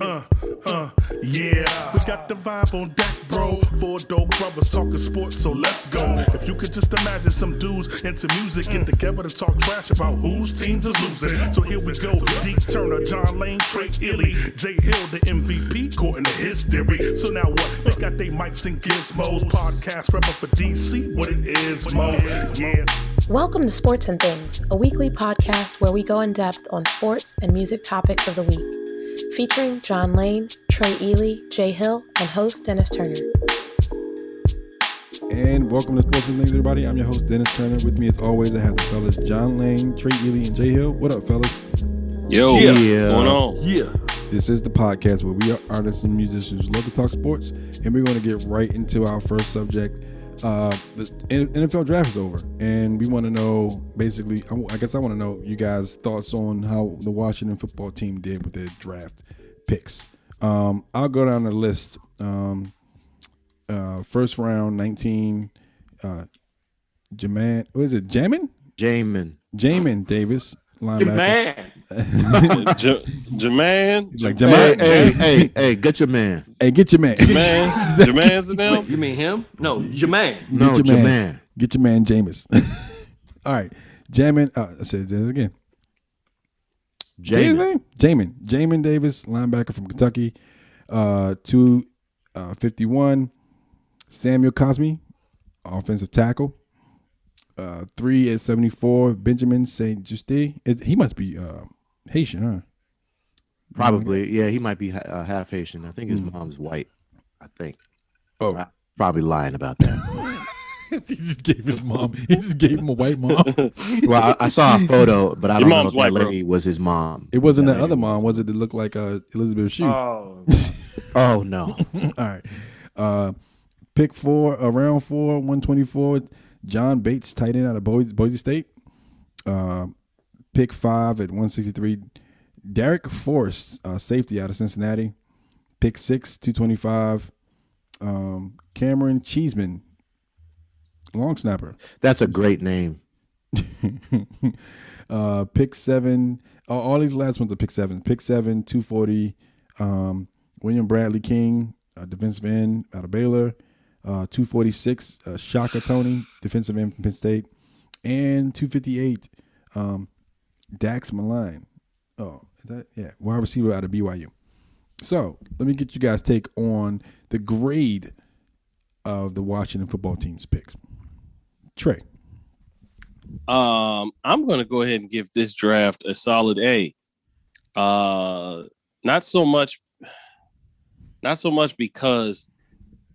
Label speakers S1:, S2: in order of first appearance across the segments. S1: Uh, uh, yeah. We got the vibe on deck, bro. Four dope brothers talking sports, so let's go. If you could just imagine some dudes into music get together to talk trash about whose teams is losing. So here we go. Deep Turner, John Lane, Trey Illy, Jay Hill, the MVP, caught in the history. So now what? They got they mics and gizmos. Podcast rapper for DC, what it is, mo. Yeah.
S2: Welcome to Sports and Things, a weekly podcast where we go in depth on sports and music topics of the week, featuring John Lane, Trey Ely, Jay Hill, and host Dennis Turner.
S3: And welcome to Sports and Things, everybody. I'm your host, Dennis Turner. With me, as always, I have the fellas John Lane, Trey Ely, and Jay Hill. What up, fellas?
S4: Yo,
S5: yeah. going on?
S1: Yeah.
S3: This is the podcast where we are artists and musicians who love to talk sports, and we're going to get right into our first subject. Uh, the NFL draft is over, and we want to know basically. I guess I want to know you guys' thoughts on how the Washington football team did with their draft picks. Um, I'll go down the list. Um, uh, first round, nineteen. Uh, Jaman, what is it? Jamin?
S5: Jamin.
S3: Jamin Davis,
S4: linebacker. Jaman. J- Jaman.
S5: Hey,
S3: Like Jaman.
S5: hey, hey, hey, get your man.
S3: Hey, get your man.
S4: Jaman. Jaman's in them.
S6: You mean him? No, Jermaine.
S5: No,
S3: get
S5: your
S3: your man.
S5: man.
S3: Get your man, Jameis. All right, Jamin. Uh, I said that again. Say his
S5: Jamin.
S3: name. Jamin. Jamin Davis, linebacker from Kentucky, uh, two uh, fifty one. Samuel Cosme, offensive tackle. Uh, three at seventy four. Benjamin Saint Juste. Is- He must be uh, Haitian, huh?
S5: Probably. Yeah, he might be ha- uh, half Haitian. I think his
S4: Hmm.
S5: mom's white. I think.
S3: Oh.
S5: I- Probably lying about that.
S3: he just gave his mom. He just gave him a white mom.
S5: well, I, I saw a photo, but I
S4: Your
S5: don't know
S4: mom's
S5: if
S4: white,
S5: that
S4: bro.
S5: lady was his mom.
S3: It wasn't
S5: That
S3: that
S5: lady
S3: other
S5: was-
S3: mom, was it? That looked like uh, Elizabeth Shue.
S6: Oh,
S5: Oh no.
S3: All right. Uh, pick four, uh, round four, 124, John Bates, tight end out of Boise, Boise State. Uh, pick five at 163, Derek Forrest, uh, safety out of Cincinnati. Pick six, 225, um, Cameron Cheeseman, long snapper.
S5: That's a great name.
S3: uh, pick seven. All, all these last ones are pick seven. Pick seven, 240. Um, William Bradley King, uh, defensive end out of Baylor. Uh, 246, uh, Shaka Tony, defensive end from Penn State. And 258, um, Dax Malign. Oh, is that? Yeah, wide receiver out of BYU. So let me get you guys' take on the grade of the Washington football team's picks. Trey.
S4: Um, I'm gonna go ahead and give this draft a solid A. Uh, not so much, not so much because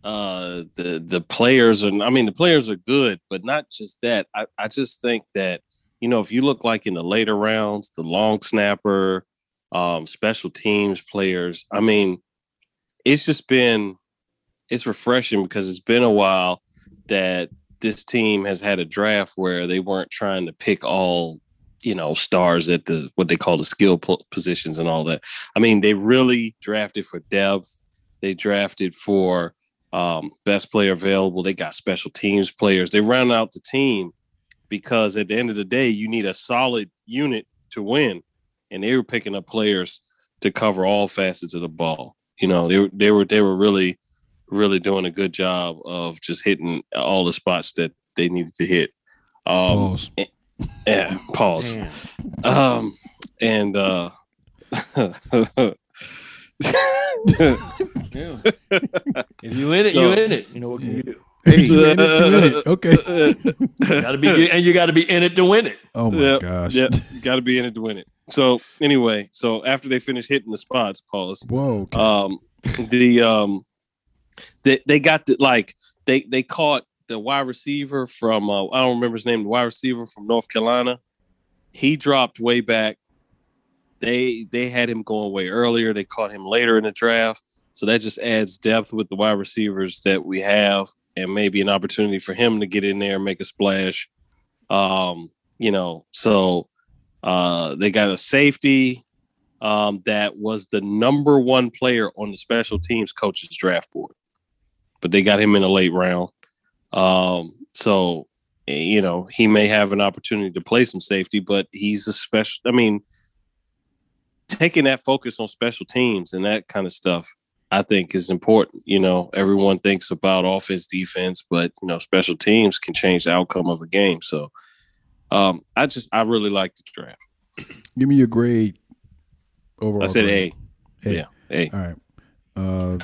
S4: uh the the players are. I mean, the players are good, but not just that. I I just think that you know if you look like in the later rounds, the long snapper, um, special teams players. I mean, it's just been it's refreshing because it's been a while that this team has had a draft where they weren't trying to pick all
S5: you know stars at the what they call the skill po- positions and all that. I mean, they really drafted for depth. They drafted for um, best player available. They got special teams players. They round out the team because at the end of the day, you need a solid unit to win, and they were picking up players to cover all facets of the ball. You know, they were they were they were really really doing a good job of just hitting all the spots that they needed to hit. Um,
S3: pause.
S5: and- yeah, pause.
S3: Damn.
S5: Um, and uh,
S4: If you in it,
S5: So-
S4: you in it. You know what can you do?
S3: Hey. If you in it, you in it. Okay.
S4: You gotta be, and you got to be in it to win it.
S3: Oh my
S5: Yep,
S3: gosh.
S5: Yep, got to be in it to win it. So anyway, so after they finish hitting the spots, pause.
S3: Whoa. okay.
S5: Um, the um, they they got the like they they caught the wide receiver from uh, I don't remember his name. The wide receiver from North Carolina, he dropped way back. They they had him going way earlier. They caught him later in the draft, so that just adds depth with the wide receivers that we have, and maybe an opportunity for him to get in there and make a splash. Um, you know, so uh, they got a safety um, that was the number one player on the special teams coaches draft board, but they got him in a late round. Um, so eh, you know he may have an opportunity to play some safety, but he's a special. I mean, taking that focus on special teams and that kind of stuff, I think is important. You know, everyone thinks about offense, defense, but you know, special teams can change the outcome of a game. So. Um, I just I really like the draft.
S3: Give me your grade overall.
S5: I said
S3: grade.
S5: A. Yeah, A.
S3: All right. Uh,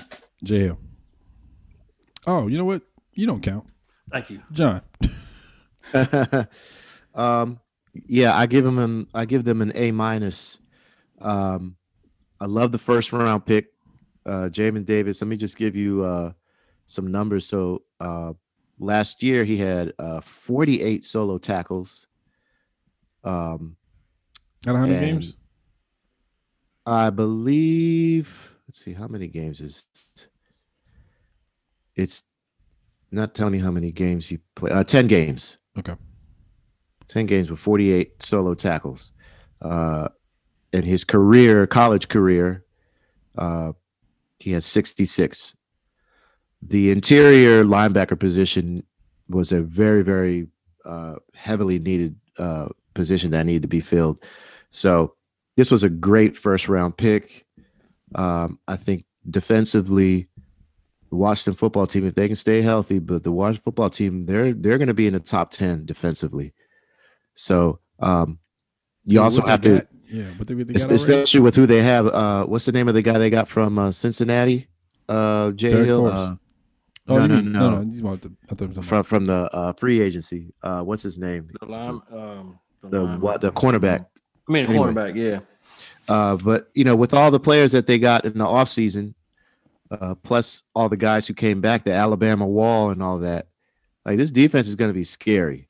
S3: J Hill. Oh, you know what? You don't count,
S4: Thank you.
S3: John.
S7: um, yeah, I give them an, I give them an A minus. Um, I love the first round pick, uh, Jamin Davis. Let me just give you uh, some numbers. So uh, last year he had uh, 48 solo tackles. Um,
S3: Out of how many
S7: and
S3: games?
S7: I believe. Let's see, how many games is it's not telling me how many games he played. Uh, Ten games.
S3: Okay.
S7: 10 games with 48 solo tackles. Uh, in his career, college career, uh, he has 66. The interior linebacker position was a very, very uh, heavily needed uh, position that needed to be filled. So this was a great first round pick. Um, I think defensively, the Washington football team, if they can stay healthy, but the Washington football team, they're they're going to be in the top ten defensively. So um, you
S3: Yeah,
S7: also
S3: what they
S7: have to,
S3: got- yeah, but they, they
S7: es-
S3: got already.
S7: especially with who they have. Uh, what's the name of the guy they got from uh, Cincinnati? Uh, Jay
S3: Derek
S7: Hill.
S3: Forrest.
S7: Uh,
S3: Oh,
S7: no,
S3: you
S7: no,
S3: mean-
S7: no,
S3: no, no, you want the- I thought you were talking
S7: From from the uh, free agency. Uh, what's his name?
S4: The lime, um,
S7: The
S4: lime-
S7: what? The cornerback.
S4: I mean,
S7: Anyway.
S4: cornerback. Yeah.
S7: Uh, but you know, with all the players that they got in the offseason, uh, plus all the guys who came back, the Alabama wall and all that, like this defense is going to be scary.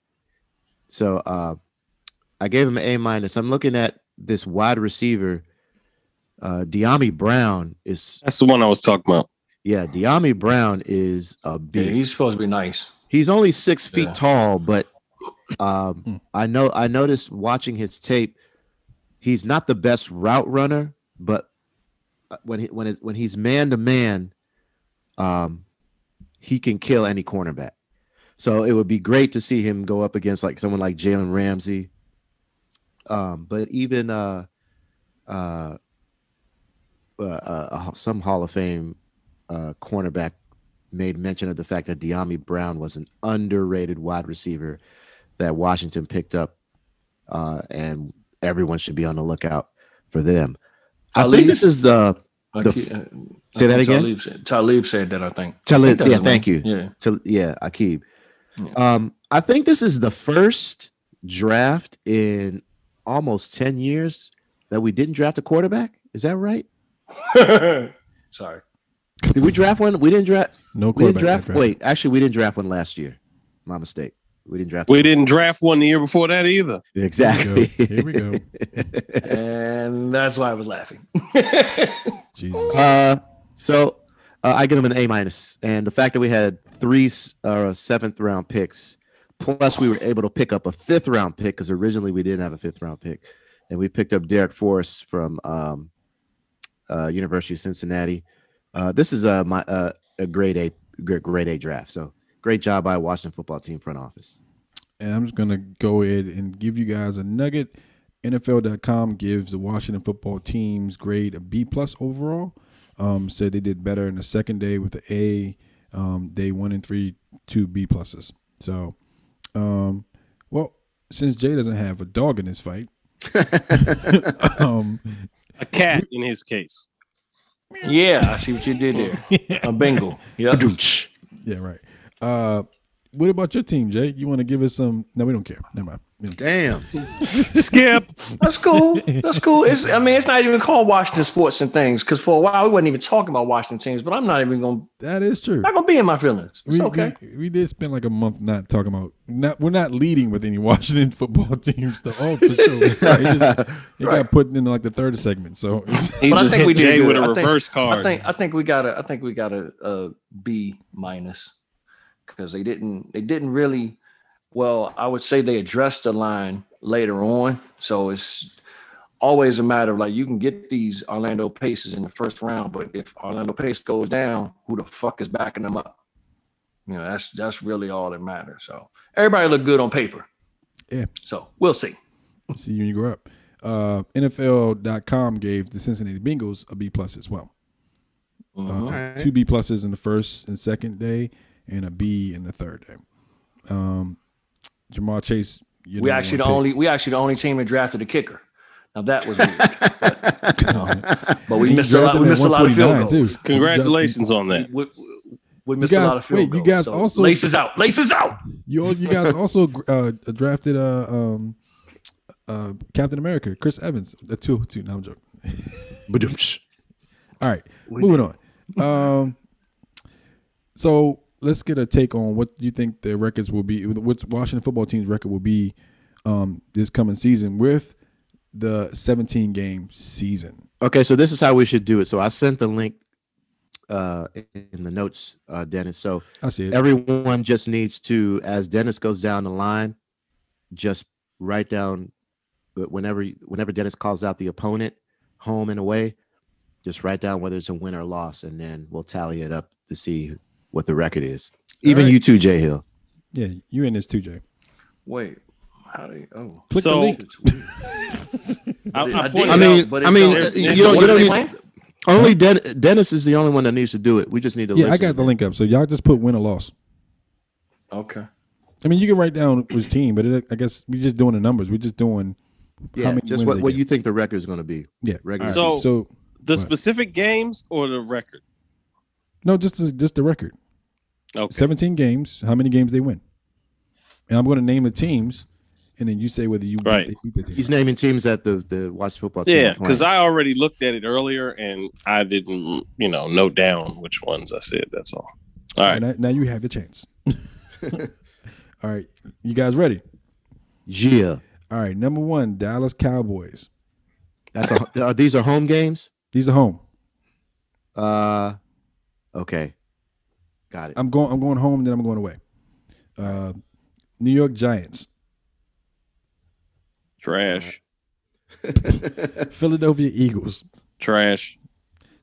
S7: So uh, I gave him an A minus. I'm looking at this wide receiver, uh, Deami Brown is
S5: That's the one I was talking about.
S7: yeah, Deami Brown is a
S4: yeah.
S7: beast.
S4: He's supposed to be nice.
S7: He's only six feet
S4: Yeah. Hmm.
S7: tall, but um, I know I noticed watching his tape, he's not the best route runner, but uh, when he, when it, when he's man to man, um, he can kill any cornerback. So it would be great to see him go up against like someone like Jalen Ramsey. Um, but even uh, uh, uh, uh, some Hall of Fame uh, cornerback made mention of the fact that Deami Brown was an underrated wide receiver that Washington picked up, uh, and everyone should be on the lookout for them. I
S4: Talib-
S7: think this is the,
S4: I
S7: the
S4: keep- uh, I
S7: say that
S4: think
S7: again?
S4: Talib said, Talib said that. I think. I think
S7: Talib,
S4: that's
S7: yeah,
S4: his name.
S7: thank you.
S4: Yeah.
S7: Tal- yeah, Akib. Um, I think this is the first draft in almost 10 years that we didn't draft a quarterback. Is that right?
S4: Sorry.
S7: Did we draft one? We didn't draft.
S3: No
S7: we didn't
S3: quarterback
S7: draft.
S3: got drafted.
S7: Wait, actually, we didn't draft one last year. My mistake. We didn't draft.
S5: We didn't draft one the year before that either.
S7: Exactly.
S3: Here we go.
S4: And that's why I was laughing.
S3: Jesus.
S7: Uh, so uh, I give him an A minus, and the fact that we had three s- uh, seventh round picks,
S5: Plus, we were able to pick up a fifth round pick because originally we didn't have a fifth round pick, and we picked up Derek Forrest from um, uh, University of Cincinnati. Uh, this is a my uh, a grade A gr- grade A draft. So great job by Washington football team front office.
S3: And I'm just going to go ahead and give you guys a nugget. NFL.com gives the Washington football team's grade a B plus overall. Um, said they did better in the second day with the A. Um, day one and three, two B pluses. So, um, well, since Jay doesn't have a dog in this fight, um,
S4: a cat in his case.
S6: Yeah, I see what you did there. A bingo. Yeah.
S3: Yeah, right. Uh, what about your team, Jake? You want to give us some? No, we don't care. Never mind. We don't
S5: care.
S4: Skip.
S6: That's cool. That's cool. It's I mean, it's not even called Washington sports and things because for a while we wasn't even talking about Washington teams. But I'm not even going.
S3: That is true.
S6: Not going to be in my feelings. It's
S3: we,
S6: okay.
S3: We, we did spend like a month not talking about. Not we're not leading with any Washington football teams. though. oh, for sure. it just, it got
S6: Right.
S3: put in like the third segment. So it's,
S6: but I think we did good. I think- I
S3: card.
S6: think I think we got a I think we got a, a B minus because they didn't they didn't really well. I would say they addressed the line later on, so it's always a matter of like you can get these Orlando Paces in the first round, but if Orlando Pace goes down, who the fuck is backing them up? You know, that's that's really all that matters. So everybody looked good on paper.
S3: Yeah.
S6: So we'll see.
S3: See you when you grow up. Uh, NFL.com gave the Cincinnati Bengals a B plus as well. Uh,
S6: Mhm.
S3: Two B pluses in the first and second day, and a B in the third day. Um, Jamal Chase. your
S6: we
S3: number
S6: actually the
S3: one pick.
S6: only we actually the only team that drafted a kicker. Now that was weird. but, you know, but we
S3: And you
S6: missed a lot.
S3: drafted
S6: We
S3: him
S6: missed
S3: at
S6: a lot of
S3: 149
S6: field goals.
S3: too. Congratulations
S4: on that.
S6: We, we
S3: You
S6: missed a
S3: guys-
S6: lot of field
S3: wait, you
S6: goals.
S3: guys
S6: so
S3: also-
S6: laces out, laces out.
S3: You all, you guys also uh, drafted uh, um, uh, Captain America, Chris Evans. The two two. No, I'm joking. all right, moving on. Um, so let's get a take on what you think their records will be. What Washington football team's record will be um, this coming season with the 17 game season.
S5: Okay, so this is how we should do it. So I sent the link uh in the notes, uh Dennis. So
S3: I see it.
S5: everyone just needs to, as Dennis goes down the line, just write down but whenever whenever Dennis calls out the opponent, home and away, just write down whether it's a win or loss, and then we'll tally it up to see what the record is. Even you too, Jay Hill.
S3: Yeah, you in this too, Jay.
S6: Wait, how do you? Oh,
S3: Click the link.
S6: I,
S4: I
S6: did-
S5: I mean,
S6: but it
S5: I mean,
S6: don't-
S5: you
S6: it's-
S5: don't,
S6: what
S5: you
S6: are
S5: don't
S6: they
S5: need.
S6: playing?
S5: Only Den- Dennis is the only one that needs to do it. We just need to.
S3: Yeah, I
S5: listen.
S3: got the link up. So y'all just put win or loss.
S6: Okay.
S3: I mean, you can write down which team, but it, I guess we're just doing the numbers. We're just doing
S5: Yeah, just
S3: wins
S5: what,
S3: they
S5: what
S3: get.
S5: you think the record is going to be.
S3: Yeah.
S5: regular.
S4: So,
S5: season.
S4: the
S3: what?
S4: specific games or the record?
S3: No, just the, just the record.
S4: Okay.
S3: 17 games, how many games they win. And I'm going to name the teams, and then you say whether you
S4: Right.
S3: they beat the team.
S5: he's naming teams that the the watch football. Team
S4: Yeah,
S5: are playing.
S4: because I already looked at it earlier and I didn't, you know, note down which ones I said. That's all. All right.
S3: And now, now you have your chance. All right. You guys ready?
S5: yeah,
S3: All right. Number one, Dallas Cowboys.
S5: that's a, are, these are home games.
S3: These are home.
S5: Uh, okay, got it.
S3: I'm going. I'm going home. Then I'm going away. Uh, New York Giants,
S4: Trash.
S3: Philadelphia Eagles.
S4: Trash.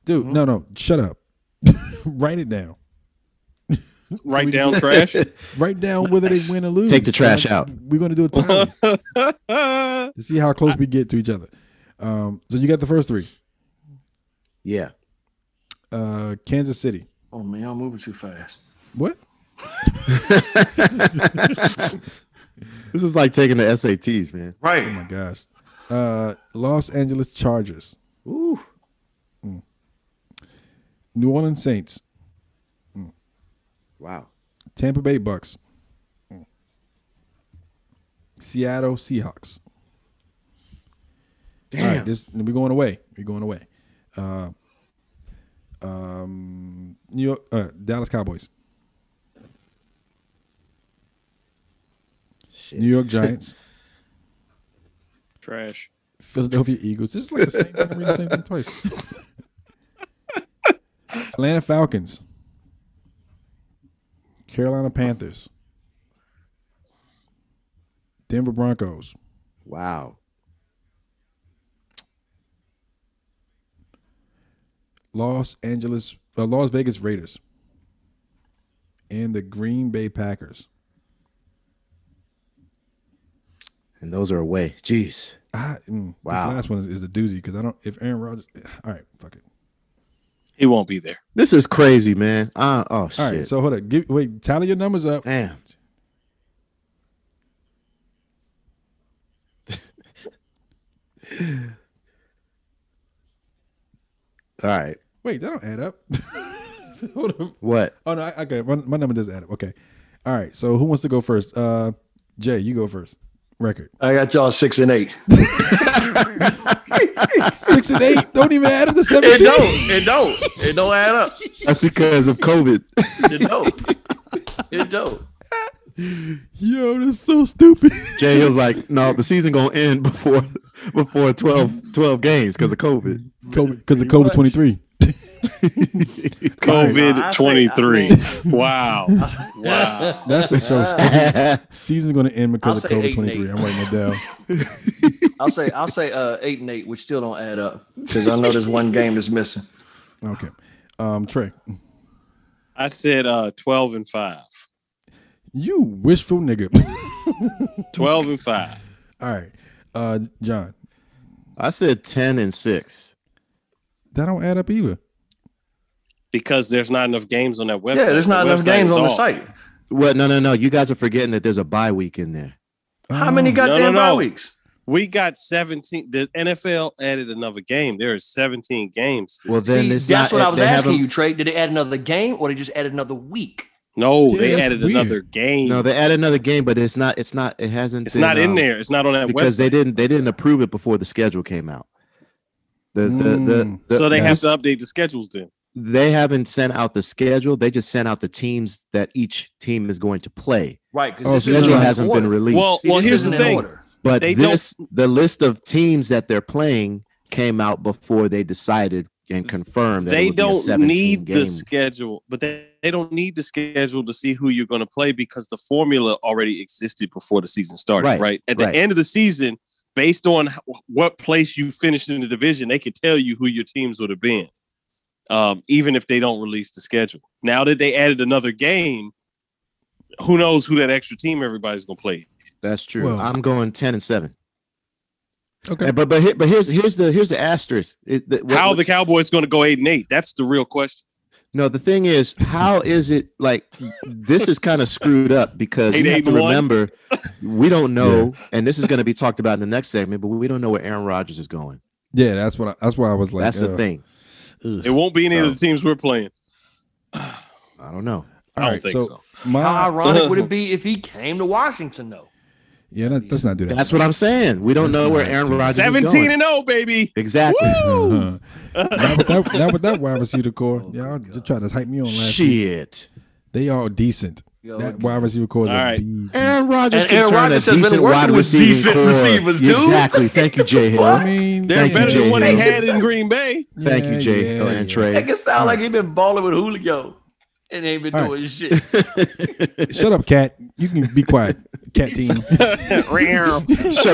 S3: Dude,
S5: Mm-hmm.
S3: no, no, shut up. Write it down.
S4: Write down trash.
S3: Write down whether they win or lose.
S5: Take the trash
S3: So,
S5: out.
S3: We're gonna do a time
S4: to
S3: see how close we get to each other. Um, so you got the first three.
S5: Yeah,
S3: Uh, Kansas City.
S6: Oh man, I'm moving too fast.
S3: What?
S5: this is like taking the SATs, man.
S6: Right.
S3: Oh my gosh. Uh, Los Angeles Chargers.
S5: Ooh.
S3: Mm. New Orleans Saints. Mm.
S5: Wow.
S3: Tampa Bay Bucks. Mm. Seattle Seahawks. All right, this we're going away. We're going away. Uh, um, New York, uh, Dallas Cowboys,
S5: Shit.
S3: New York Giants,
S4: Trash.
S3: Philadelphia Eagles. This is like the same thing. I read the same thing twice. Atlanta Falcons, Carolina Panthers,
S5: Denver Broncos.
S8: Wow.
S5: Los Angeles, uh, Las Vegas Raiders, and the Green Bay Packers.
S8: And those are away. Jeez.
S5: I, mm, wow. This last one is, is a doozy because I don't. If Aaron Rodgers, all right, fuck it.
S4: He won't be there.
S8: This is crazy, man. Uh, oh shit.
S5: All right, so hold up. Give, wait, tally your numbers up.
S8: Damn. All right.
S5: Wait, that don't add up. Hold up.
S8: What?
S5: Oh no. I, okay, my, my number does add up. Okay. All right. So who wants to go first? Uh, Jay, you go first. Record.
S3: I got y'all six and eight.
S5: Six and eight don't even add up to seventeen.
S3: It don't. It don't. It don't add up.
S8: That's because of COVID.
S3: It don't. It don't.
S5: Yo, that's so stupid.
S8: Jay was like, "No, the season gonna end before before 12, 12 games because of COVID.
S5: COVID because of COVID twenty three.
S4: COVID twenty three. Wow. Wow.
S5: That's a show. stupid. Season's gonna end because of
S3: say
S5: COVID
S3: eight and
S5: twenty three.
S3: eight.
S5: I'm writing it down.
S3: I'll say I'll say uh, eight and eight, which still don't add up because I know there's one game that's missing.
S5: Okay. Um, Trey,
S4: I said uh, twelve and five.
S5: you wishful nigga.
S4: Twelve and five.
S5: All right. Uh, John,
S8: I said ten and six.
S5: that don't add up either.
S4: Because there's not enough games on that website.
S3: Yeah, there's not
S4: The
S3: enough
S4: website
S3: games
S4: is
S3: on the
S4: off.
S3: site.
S8: What? No, no, no. You guys are forgetting that there's a bye week in there.
S3: How many
S4: No,
S3: goddamn
S4: Oh. no,
S3: bye
S4: no.
S3: weeks?
S4: We got 17. The NFL added another game. There are 17 games. this
S8: Well,
S4: season.
S8: then it's
S3: That's
S8: not.
S3: what I was
S8: they
S3: asking
S8: haven't-
S3: you, Trey. Did they add another game or they just add another week?
S4: no,
S5: Yeah,
S4: they
S5: that's
S4: added
S5: weird.
S4: another game.
S8: No, they added another game, but it's not. It's not. It hasn't.
S4: it's
S8: been,
S4: not in
S8: um,
S4: there. It's not on that
S8: because
S4: website.
S8: they didn't. They didn't approve it before the schedule came out. The the, the,
S3: Hmm.
S5: Mm.
S8: the-
S4: so they have
S8: this-
S4: to update the schedules then.
S8: They haven't sent out the schedule. They just sent out the teams that each team is going to play.
S3: Right. 'cause
S5: Oh,
S3: this
S5: so
S3: isn't
S8: Schedule
S3: in
S8: hasn't been
S3: order.
S8: released.
S4: Well,
S3: See,
S4: well,
S3: this
S4: here's
S3: isn't
S4: the
S3: in
S4: thing.
S3: order.
S8: But
S4: They don't-
S8: this the list of teams that they're playing came out before they decided and confirmed that it
S4: They
S8: would be a
S4: don't
S8: 17
S4: need
S8: game.
S4: the schedule, but they, they don't need the schedule to see who you're going to play because the formula already existed before the season started,
S8: Right,
S4: right? At the
S8: right.
S4: end of the season, based on h- what place you finished in the division, they could tell you who your teams would have been, um, even if they don't release the schedule. Now that they added another game, who knows who that extra team everybody's going to play?
S8: That's true.
S5: Well-
S8: I'm going 10 and 7.
S5: Okay.
S8: And- But but here, but here's here's the here's the asterisk. It- the- what-
S4: How the
S8: what's-
S4: Cowboys going to go eight and eight? That's the real question.
S8: No, the thing is, how is it like this is kind of screwed up because
S4: Eight,
S8: you have
S4: eight,
S8: to
S4: one.
S8: remember we don't know, and this is going to be talked about in the next segment, but we don't know where Aaron Rodgers is going.
S5: Yeah, that's what. I, that's why I was like,
S8: That's the
S5: uh,
S8: thing.
S4: It won't be any of the teams we're playing.
S8: I don't know.
S4: I
S5: all
S4: don't
S5: right,
S4: think so.
S5: My,
S3: How ironic would it be if he came to Washington though?
S5: yeah, that, let's not do that.
S8: That's what I'm saying. We don't
S5: That's
S8: know where
S5: not
S8: Aaron
S5: true.
S8: Rodgers is
S4: 17
S8: going.
S4: and 0, baby.
S8: exactly.
S5: Uh-huh. Not with that, not with that wide receiver core.
S4: Oh
S5: Y'all just tried to hype me on last week.
S8: Shit.
S5: They all decent.
S3: Yo,
S5: that wide receiver core is
S4: All
S5: a
S4: right.
S5: beast.
S8: Aaron Rodgers
S3: And
S8: can
S3: Aaron
S8: turn
S3: Rodgers
S8: a
S3: has been
S8: decent
S3: working
S8: wide
S3: with
S8: receiving
S3: decent
S8: core.
S3: receivers, dude.
S8: Exactly. Thank you, Jay Hill.
S5: I mean,
S4: They're
S8: Thank you,
S4: better than what
S8: Jay
S4: they
S8: Hill.
S4: had in Green Bay.
S8: Thank you, Jay Hill
S5: yeah,
S8: and
S5: yeah.
S8: Trey.
S3: Make it sound like he been balling with Julio and ain't been
S5: All
S3: doing shit.
S5: Shut up, cat. You can be quiet, cat team.
S8: Shut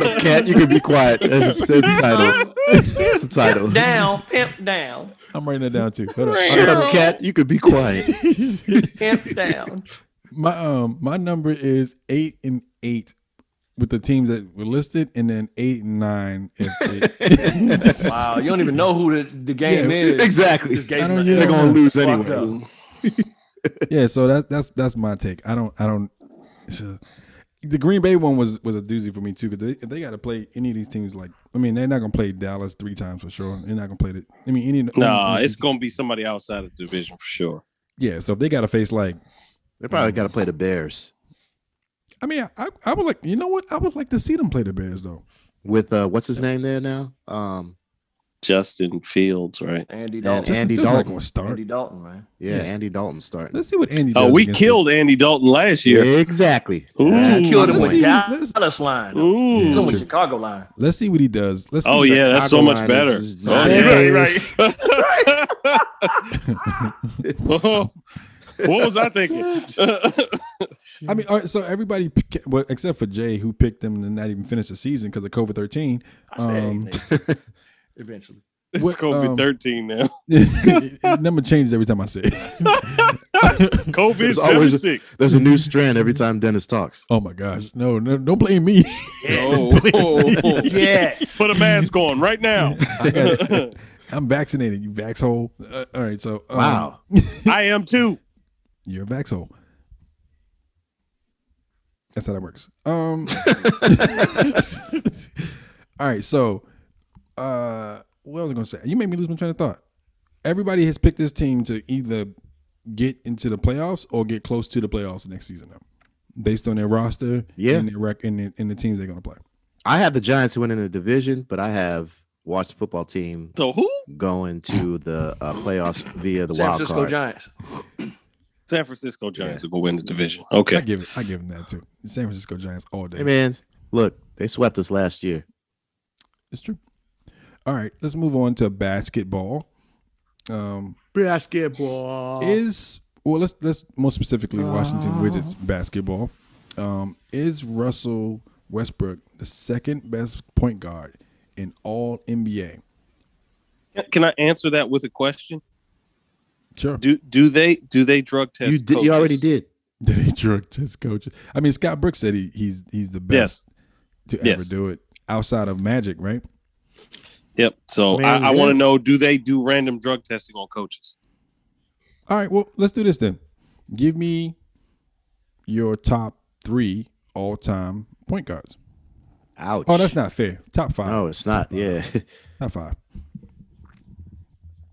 S8: up, cat. You can be quiet. That's, that's the title. That's the title.
S3: down, pimp down,
S5: I'm writing that down too. Hold up.
S8: Shut up, cat. You could be quiet.
S3: pimp down.
S5: My um, my number is eight and eight with the teams that were listed, and then eight and nine. If it,
S3: Wow, you don't even know who the, the game
S5: Yeah,
S3: is.
S8: exactly.
S3: Just gave
S5: I don't
S3: him
S5: even
S3: the
S8: They're
S5: know.
S3: L.
S8: gonna lose
S3: Fucked
S8: anyway.
S3: up.
S5: yeah, so that's that's that's my take. I don't I don't. it's a- the Green Bay one was was a doozy for me too because they, if they got to play any of these teams like I mean they're not gonna play Dallas three times for sure. They're not gonna play it. I mean any.
S4: Nah,
S5: any-
S4: it's gonna be somebody outside of the division for sure.
S5: yeah. So if they got to face like
S8: They probably got to play the Bears
S5: I mean I I would like you know what I would like to see them play the Bears though.
S8: with uh, what's his name there now? Um,
S4: Justin Fields, right?
S3: Andy
S8: and
S3: Dalton.
S8: Andy
S5: They're not
S8: Dalton.
S5: gonna start.
S3: Andy Dalton, man.
S8: Yeah,
S5: Yeah.
S8: Andy Dalton starting.
S5: Let's see what Andy.
S4: Oh,
S5: does
S4: we
S5: against
S4: killed Andy Dalton last year.
S8: Exactly.
S4: Ooh.
S8: That's-
S3: Killed him
S5: Let's
S3: with
S5: see what- let's-
S3: Dallas line.
S4: Ooh.
S3: Killed him
S5: true.
S3: with Chicago line.
S5: Let's see what he does. Let's. See
S4: Oh
S5: if
S4: yeah,
S5: that
S4: that's so
S8: Chicago
S4: much
S8: line
S4: better.
S8: is- is
S4: Oh,
S8: not-
S4: yeah.
S5: Bears-
S4: Oh, what was I thinking?
S5: I mean, all right, so everybody, pick- well, except for Jay, who picked them and not even finished the season because of COVID thirteen.
S9: I said anything. Eventually.
S4: It's
S5: What,
S4: COVID
S5: um,
S4: thirteen now.
S5: That number changes every time I say it.
S4: COVID
S3: There's always-
S4: 76.
S3: There's a new strand every time Dennis talks.
S5: Oh my gosh! No, no, don't blame me.
S4: Oh, oh, oh.
S9: Yes.
S4: Put a mask on right now.
S5: I gotta- I'm vaccinated. You vaxhole. Uh, all right, so um,
S3: Wow.
S4: I am too.
S5: you're a vaxhole. That's how that works. Um. all right, so uh, what was I going to say? You made me lose my train of thought. Everybody has picked this team to either get into the playoffs or get close to the playoffs next season, now, based on their roster,
S3: Yeah.
S5: and their rec- and, the, and the teams they're going to play.
S3: I have the Giants winning the division, but I have watched the football team
S4: So who?
S3: going to the uh, playoffs via the
S9: San
S3: wild
S9: Francisco
S3: card.
S9: Giants.
S4: San Francisco Giants
S3: Yeah.
S4: will go win the division.
S5: I
S4: Okay.
S5: give it. I give them that too. The San Francisco Giants all day.
S3: Hey man, look, they swept us last year.
S5: It's true. All right, let's move on to basketball. Um,
S3: Basketball. Uh-huh.
S5: is well, let's let's more specifically Washington Wizards basketball. Um, is Russell Westbrook the second best point guard in all NBA?
S4: Can I answer that with a question?
S5: Sure.
S4: Do do they do they drug test?
S3: You did, you already
S4: coaches?
S3: did.
S5: Did he drug test coaches? I mean, Scott Brooks said he, he's he's the best to ever
S4: Yes.
S5: do it outside of Magic, right?
S4: Yep. So
S3: Man,
S4: I, I want
S3: yeah.
S4: to know: Do they do random drug testing on coaches?
S5: All right, well, let's do this then. Give me your top three all time point guards.
S3: Ouch.
S5: Oh, that's not fair. Top five.
S3: No, it's not. Yeah.
S5: Top five.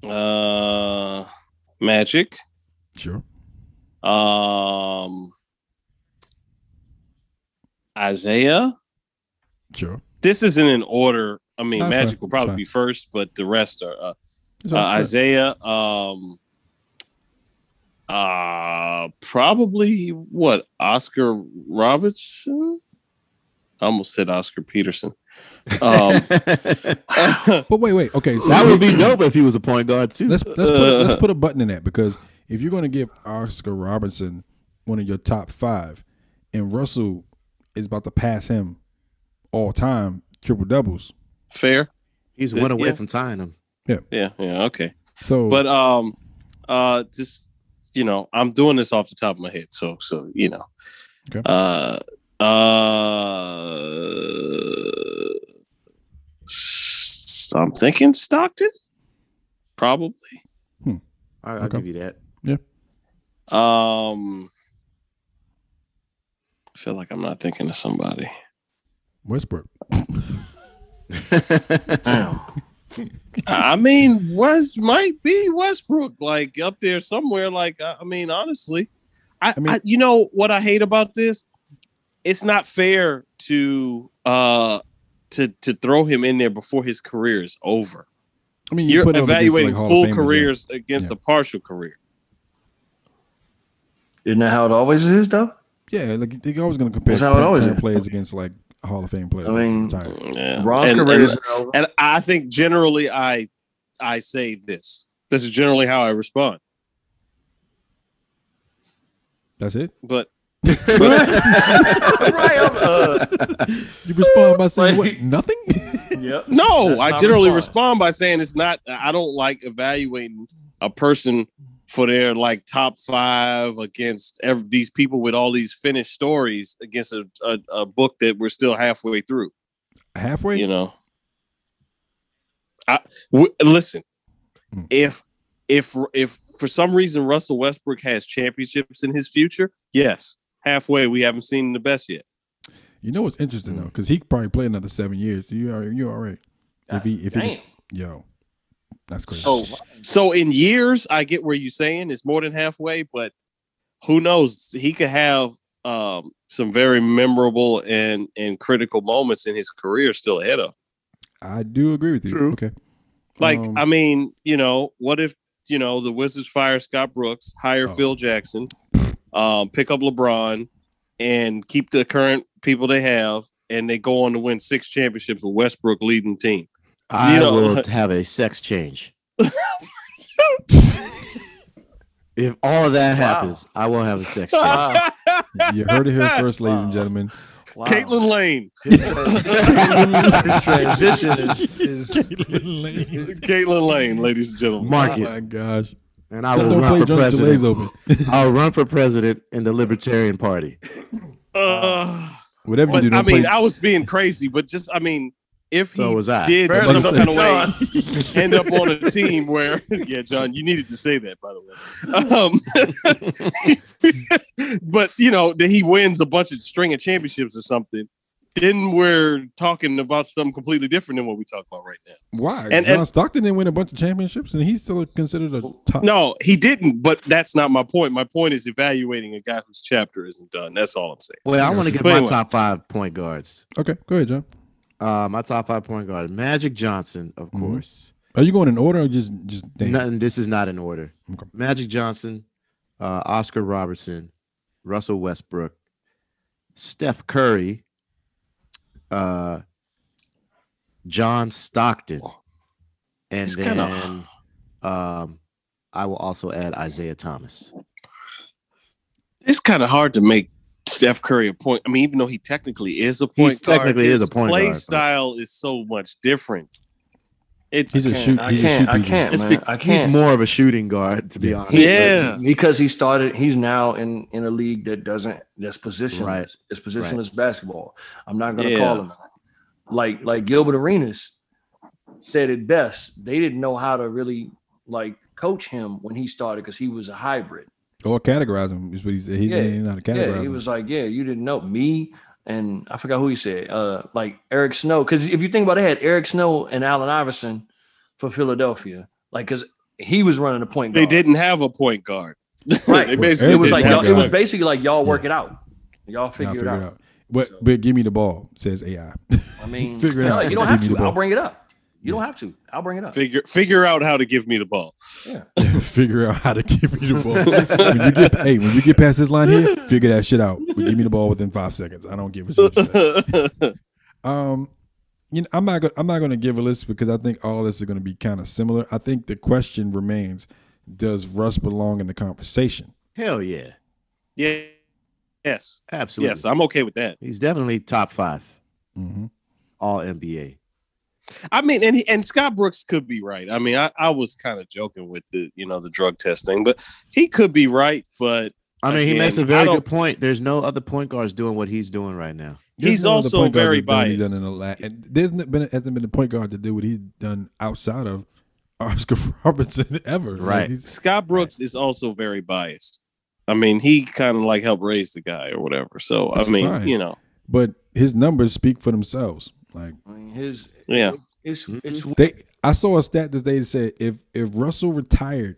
S4: Uh, Magic.
S5: Sure.
S4: Um, Isaiah.
S5: Sure.
S4: This isn't in order. I mean,
S5: That's
S4: Magic
S5: fine.
S4: will probably
S5: Fine.
S4: be first, but the rest are uh,
S5: It's
S4: uh,
S5: all good.
S4: Isaiah. Um, uh, probably what Oscar Robertson. I almost said Oscar Peterson. Um,
S5: But wait, wait. Okay. So
S3: that would be dope if he was a point guard too.
S5: let's let's put, a, let's put a button in that because if you're going to give Oscar Robertson one of your top five, and Russell is about to pass him all time triple doubles.
S4: fair.
S3: He's one away
S4: yeah.
S3: from tying him.
S4: Yeah. Yeah. Okay.
S5: So,
S4: But um, uh, just you know, I'm doing this off the top of my head, so so you know,
S5: Okay.
S4: uh, uh, s- I'm thinking Stockton, probably.
S3: All right, I'll
S5: Okay.
S3: give you that.
S4: Um, I feel like I'm not thinking of somebody.
S5: Westbrook.
S4: I mean, West might be Westbrook, like up there somewhere. Like, I, I mean, honestly, I,
S5: I
S4: I,
S5: mean-
S4: you know what I hate about this? It's not fair to uh to to throw him in there before his career is over.
S5: I mean,
S4: You're
S5: put him up against,
S4: evaluating
S5: like, Hall of
S4: full
S5: Famers, yeah.
S4: careers against
S5: Yeah.
S4: a partial career.
S9: Isn't that how it always is though?
S5: Yeah, like they're always going to compare
S9: That's how it
S5: point
S9: always
S5: guard
S9: is.
S5: players against like Hall of Fame players.
S9: I mean,
S5: like, retired.
S4: Yeah.
S9: Ron's
S4: And-
S9: career
S4: and-
S9: is over.
S4: And I think generally I I say this. This is generally how I respond.
S5: that's it.
S4: But
S9: right. I'm, uh,
S5: You respond by saying
S9: Like-
S5: what? Nothing.
S9: yep.
S4: No,
S9: That's
S4: I
S9: my
S4: generally
S9: response.
S4: respond by saying it's not. I don't like evaluating a person for their like top five against ev- these people with all these finished stories against a, a, a book that we're still halfway through.
S5: Halfway.
S4: You know, I w- listen.
S5: Mm.
S4: If if if for some reason Russell Westbrook has championships in his future, yes, halfway we haven't seen the best yet.
S5: You know what's interesting
S4: Hmm.
S5: though, because he could probably play another seven years. You are you all right? If he if he was,
S9: Damn.
S5: yo, that's crazy.
S4: Oh, so in years, I get where you're saying it's more than halfway, but who knows? He could have um, some very memorable and and critical moments in his career still ahead of. him.
S5: I do agree with you.
S3: True.
S5: Okay.
S4: Like,
S5: Um,
S4: I mean, you know, what if you know the Wizards fire Scott Brooks, hire
S5: Oh.
S4: Phil Jackson, um, pick up LeBron, and keep the current people they have, and they go on to win six championships with Westbrook leading the team.
S3: I
S4: You know,
S3: will have a sex change.
S7: If all of that happens, I won't have a sex change.
S4: Wow.
S3: You heard it here first, ladies and gentlemen.
S4: Caitlin Lane.
S3: His
S4: transition
S3: is- is-
S4: Caitlin Lane. ladies and gentlemen.
S5: Oh
S7: Mark it.
S3: gosh.
S7: And I
S3: Just
S7: will
S3: don't play
S7: run for
S3: Drunk Till Days
S7: president. I'll run for president in the Libertarian Party.
S4: Uh,
S3: Whatever you
S4: but,
S3: do, don't
S4: I mean,
S3: play-
S4: I was being crazy, but just I mean, if he
S7: So was I.
S4: did
S7: Fair
S4: some
S7: enough.
S4: kind of way end up on a team where, yeah, John, you needed to say that by the way. Um, but you know that he wins a bunch of string of championships or something. Then we're talking about something completely different than what we talk about right now.
S3: Why?
S4: And-
S3: John
S4: and-
S3: Stockton didn't win a bunch of championships, and he's still considered a top.
S4: No, he didn't. But that's not my point. My point is evaluating a guy whose chapter isn't done. That's all I'm saying.
S7: Well, I want to
S4: But
S7: give my
S4: anyway.
S7: top five point guards.
S3: Okay, go ahead, John.
S7: Uh, my top five point guard, Magic Johnson, of course.
S3: Are you going in order or just just name?
S7: Nothing. This is not in order. Magic Johnson, uh, Oscar Robertson, Russell Westbrook, Steph Curry, uh, John Stockton, and
S4: It's
S7: then
S4: kinda-
S7: um, I will also add Isaiah Thomas.
S4: it's kind of hard to make Steph Curry a point. I mean, even though he technically is a point, guard,
S7: technically is
S4: his
S7: a point
S4: Play
S7: guard, but-
S4: style is so much different. It's
S3: He's a shoot- I he's a can't- shoot I shooter. can't,
S7: It's
S5: man.
S7: be-
S5: I
S7: He's
S5: can't.
S7: more of a shooting guard, to be
S3: Yeah.
S7: honest.
S4: Yeah.
S5: because he started. He's now in in a league that doesn't that's positionless.
S7: Right.
S5: It's positionless basketball. I'm not gonna
S4: Yeah.
S5: call him that. like like Gilbert Arenas said it best. They didn't know how to really like coach him when he started because he was a hybrid.
S3: Or categorize him is what he said. He's not a categorize.
S5: Yeah, he
S3: him.
S5: was like, yeah, you didn't know me, and I forgot who he said. Uh, like Eric Snow, because if you think about it, they had Eric Snow and Allen Iverson for Philadelphia, like because he was running the point
S4: They
S5: guard.
S4: didn't have a point guard.
S5: right.
S4: they basically
S5: it was like
S4: didn't
S5: y'all,
S4: have
S5: it was
S4: one.
S5: basically like y'all work it out, y'all
S3: Nah,
S5: figure it out.
S3: But but give me the ball, says AI.
S5: I mean,
S3: figure it
S5: no,
S3: out.
S5: you don't
S3: Give
S5: have
S3: me the
S5: to. I'll
S3: ball.
S5: bring it up. You don't have to. I'll bring it up.
S4: figure figure out how to give me the ball.
S3: figure out how to give me the ball. when you get hey, when you get past this line here, figure that shit out. But give me the ball within five seconds. I don't give a shit. what you say. um, you know, I'm not gonna I'm not gonna give a list because I think all of this is gonna be kind of similar. I think the question remains: Does Russ belong in the conversation?
S7: Hell yeah.
S4: Yeah. Yes.
S7: Absolutely.
S4: Yes, I'm okay with that.
S7: He's definitely top 5
S5: Mm-hmm.
S3: Mhm.
S7: all NBA.
S4: I mean, and and Scott Brooks could be right. I mean, I, I was kind of joking with the you know the drug test thing, but he could be right. But
S7: I mean, he
S4: again,
S7: makes a
S4: I
S7: very
S4: don't-
S7: good point. There's no other point guards doing what he's doing right now.
S3: There's
S4: He's
S3: no other
S4: also
S3: point guard
S4: very
S3: that's done what he's
S4: biased.
S3: Done in the la- and there's n- been hasn't been a point guard to do what he's done outside of Oscar Robertson ever.
S7: Right.
S3: He's-
S4: Scott Brooks is also very biased. I mean, he kind of like helped raise the guy or whatever. So
S3: That's
S4: I mean,
S3: fine.
S4: you know,
S3: but his numbers speak for themselves. Like Mm-hmm.
S5: I mean, his
S4: yeah.
S5: it's it's
S3: they, I saw a stat this day that said if if Russell retired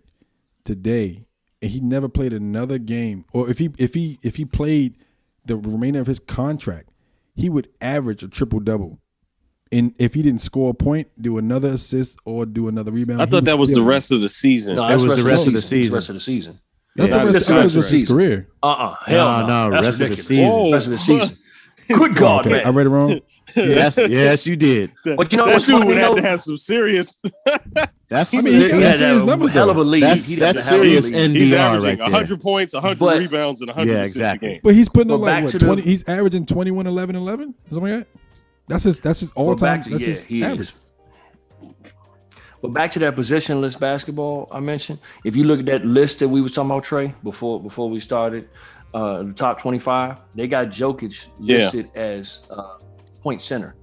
S3: today and he never played another game, or if he if he if he played the remainder of his contract, he would average a triple double. And if he didn't score a point, do another assist or do another rebound.
S4: I
S3: he
S4: thought
S3: would
S4: that was the
S3: still-
S4: rest of the season.
S5: no,
S7: It
S5: that's
S7: was the rest of the
S5: It's
S7: season.
S5: Rest of the season.
S3: That's
S4: Yeah,
S3: the
S4: that's
S3: rest,
S4: the
S3: that
S4: rest
S3: was
S4: of
S3: just
S5: the
S3: his
S5: season.
S3: career.
S5: Uh uh Hell
S7: No,
S5: no.
S7: no,
S5: That's
S7: rest of the
S5: ridiculous.
S7: season.
S4: Whoa.
S5: Rest of the season. Good God,
S3: okay, I
S5: man.
S3: read it wrong.
S7: Yes, yes, you did.
S5: But you know
S4: that
S5: what's
S4: dude
S5: funny
S4: would have to
S5: though?
S4: have some serious.
S7: That's
S3: I mean, he
S7: ser- that's,
S3: got that- serious numbers,
S5: hell of a
S3: though.
S5: lead.
S7: that's,
S5: He'd have
S7: that's
S5: to have a
S7: serious
S5: lead.
S4: He's
S7: NBR
S4: averaging
S7: right there.
S4: 100 points, 100
S5: But-
S4: rebounds, and 100
S7: Yeah,
S4: assists
S7: exactly.
S4: a game.
S3: But he's putting up
S5: But
S3: like
S5: back
S3: what
S5: to the-
S3: twenty. he's averaging 21, 11, 11? Something like that. That's his. That's his all
S5: But
S3: time.
S5: back to
S3: That's
S5: yeah,
S3: his
S5: he
S3: average.
S5: is. But back to that positionless basketball I mentioned. If you look at that list that we was talking about, Trey, before before we started, uh, the top twenty five, they got Jokic
S4: Yeah.
S5: listed as uh, point center,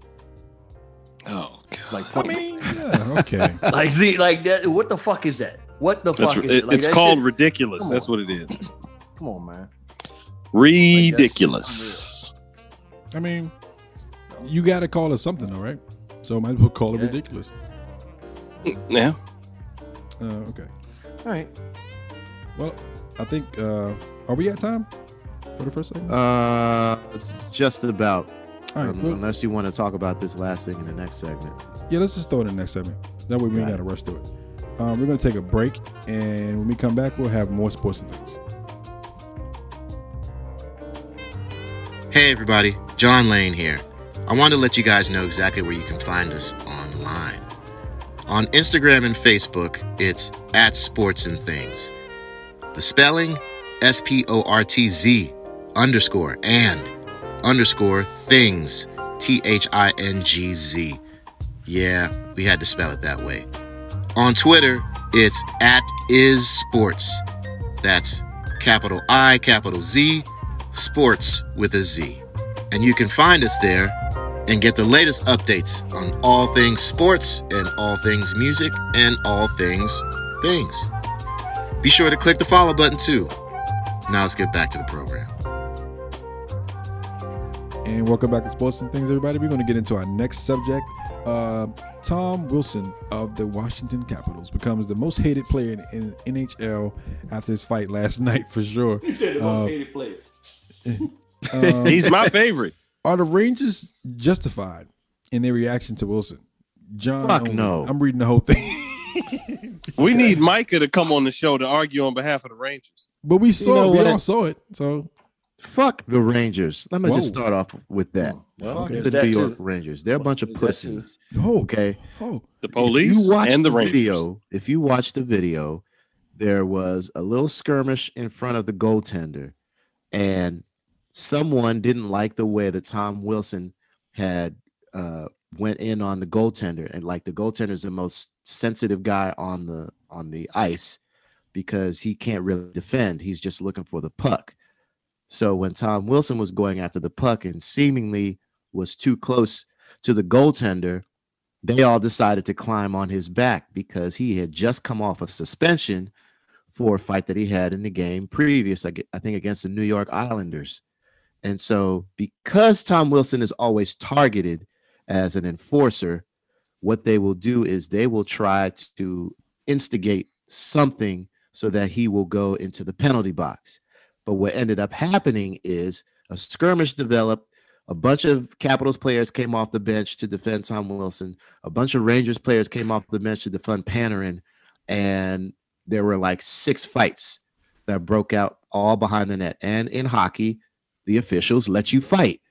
S4: Oh, God.
S5: like point.
S3: Yeah, okay.
S5: like see, like that. What the fuck is that? What the
S4: That's,
S5: fuck is
S4: it-
S5: it? Like,
S4: it's
S5: that
S4: called
S5: shit-
S4: ridiculous.
S5: Come
S4: That's
S5: on.
S4: what it is.
S5: Come on, man.
S4: Ridiculous.
S3: I mean, you got to call it something, though, right? So might as well call it
S5: Yeah.
S3: ridiculous.
S4: Yeah.
S3: Uh, okay.
S5: All right.
S3: Well, I think uh, are we at time for the first segment?
S7: Uh, just about.
S3: All right,
S7: Um,
S3: well-
S7: unless you want to talk about this last thing in the next segment.
S3: yeah, let's just throw it in the next segment. That way we ain't
S7: Got
S3: got
S7: it.
S3: to rush through it. Um, we're gonna take a break, and when we come back, we'll have more sports and things.
S10: Hey everybody, John Lane here. I wanted to let you guys know exactly where you can find us online. On Instagram and Facebook, it's at Sports and Things.
S11: The spelling S P O R T Z underscore and underscore things T H I N G Z. Yeah, we had to spell it that way. On Twitter, it's at is sports. That's capital I, capital Z, sports with a Z. And you can find us there and get the latest updates on all things sports and all things music and all things things. Be sure to click the follow button too. Now let's get back to the program.
S3: And welcome back to Sports and Things, everybody. We're going to get into our next subject. Uh, Tom Wilson of the Washington Capitals becomes the most hated player in, in NHL after his fight last night, for sure. Uh,
S12: You said the most hated player.
S3: Um,
S4: He's my favorite.
S3: Are the Rangers justified in their reaction to Wilson? John,
S4: Fuck
S3: Owen.
S4: no.
S3: I'm reading the whole thing.
S4: We need Micah to come on the show to argue on behalf of the Rangers.
S3: But we saw
S4: know
S3: it.
S4: what
S3: We
S4: I-
S3: all saw it. So
S5: Fuck the Rangers. Let me just
S3: Whoa.
S5: start off with that.
S3: Well,
S5: Fuck
S3: there's
S5: the
S3: that
S5: New York
S3: too.
S5: Rangers. They're a bunch of pussies.
S3: Oh,
S5: okay.
S3: Oh,
S4: The police
S5: If you watch
S4: and the Rangers.
S5: video, if you watch the video, there was a little skirmish in front of the goaltender, and someone didn't like the way that Tom Wilson had uh, went in on the goaltender, and like the goaltender is the most sensitive guy on the on the ice because he can't really defend. He's just looking for the puck. So when Tom Wilson was going after the puck and seemingly was too close to the goaltender, they all decided to climb on his back because he had just come off a suspension for a fight that he had in the game previous, I, gue- I think, against the New York Islanders. And so, because Tom Wilson is always targeted as an enforcer, what they will do is they will try to instigate something so that he will go into the penalty box. But what ended up happening is a skirmish developed. A bunch of Capitals players came off the bench to defend Tom Wilson. A bunch of Rangers players came off the bench to defend Panarin. And there were like six fights that broke out all behind the net. And in hockey, the officials let you fight.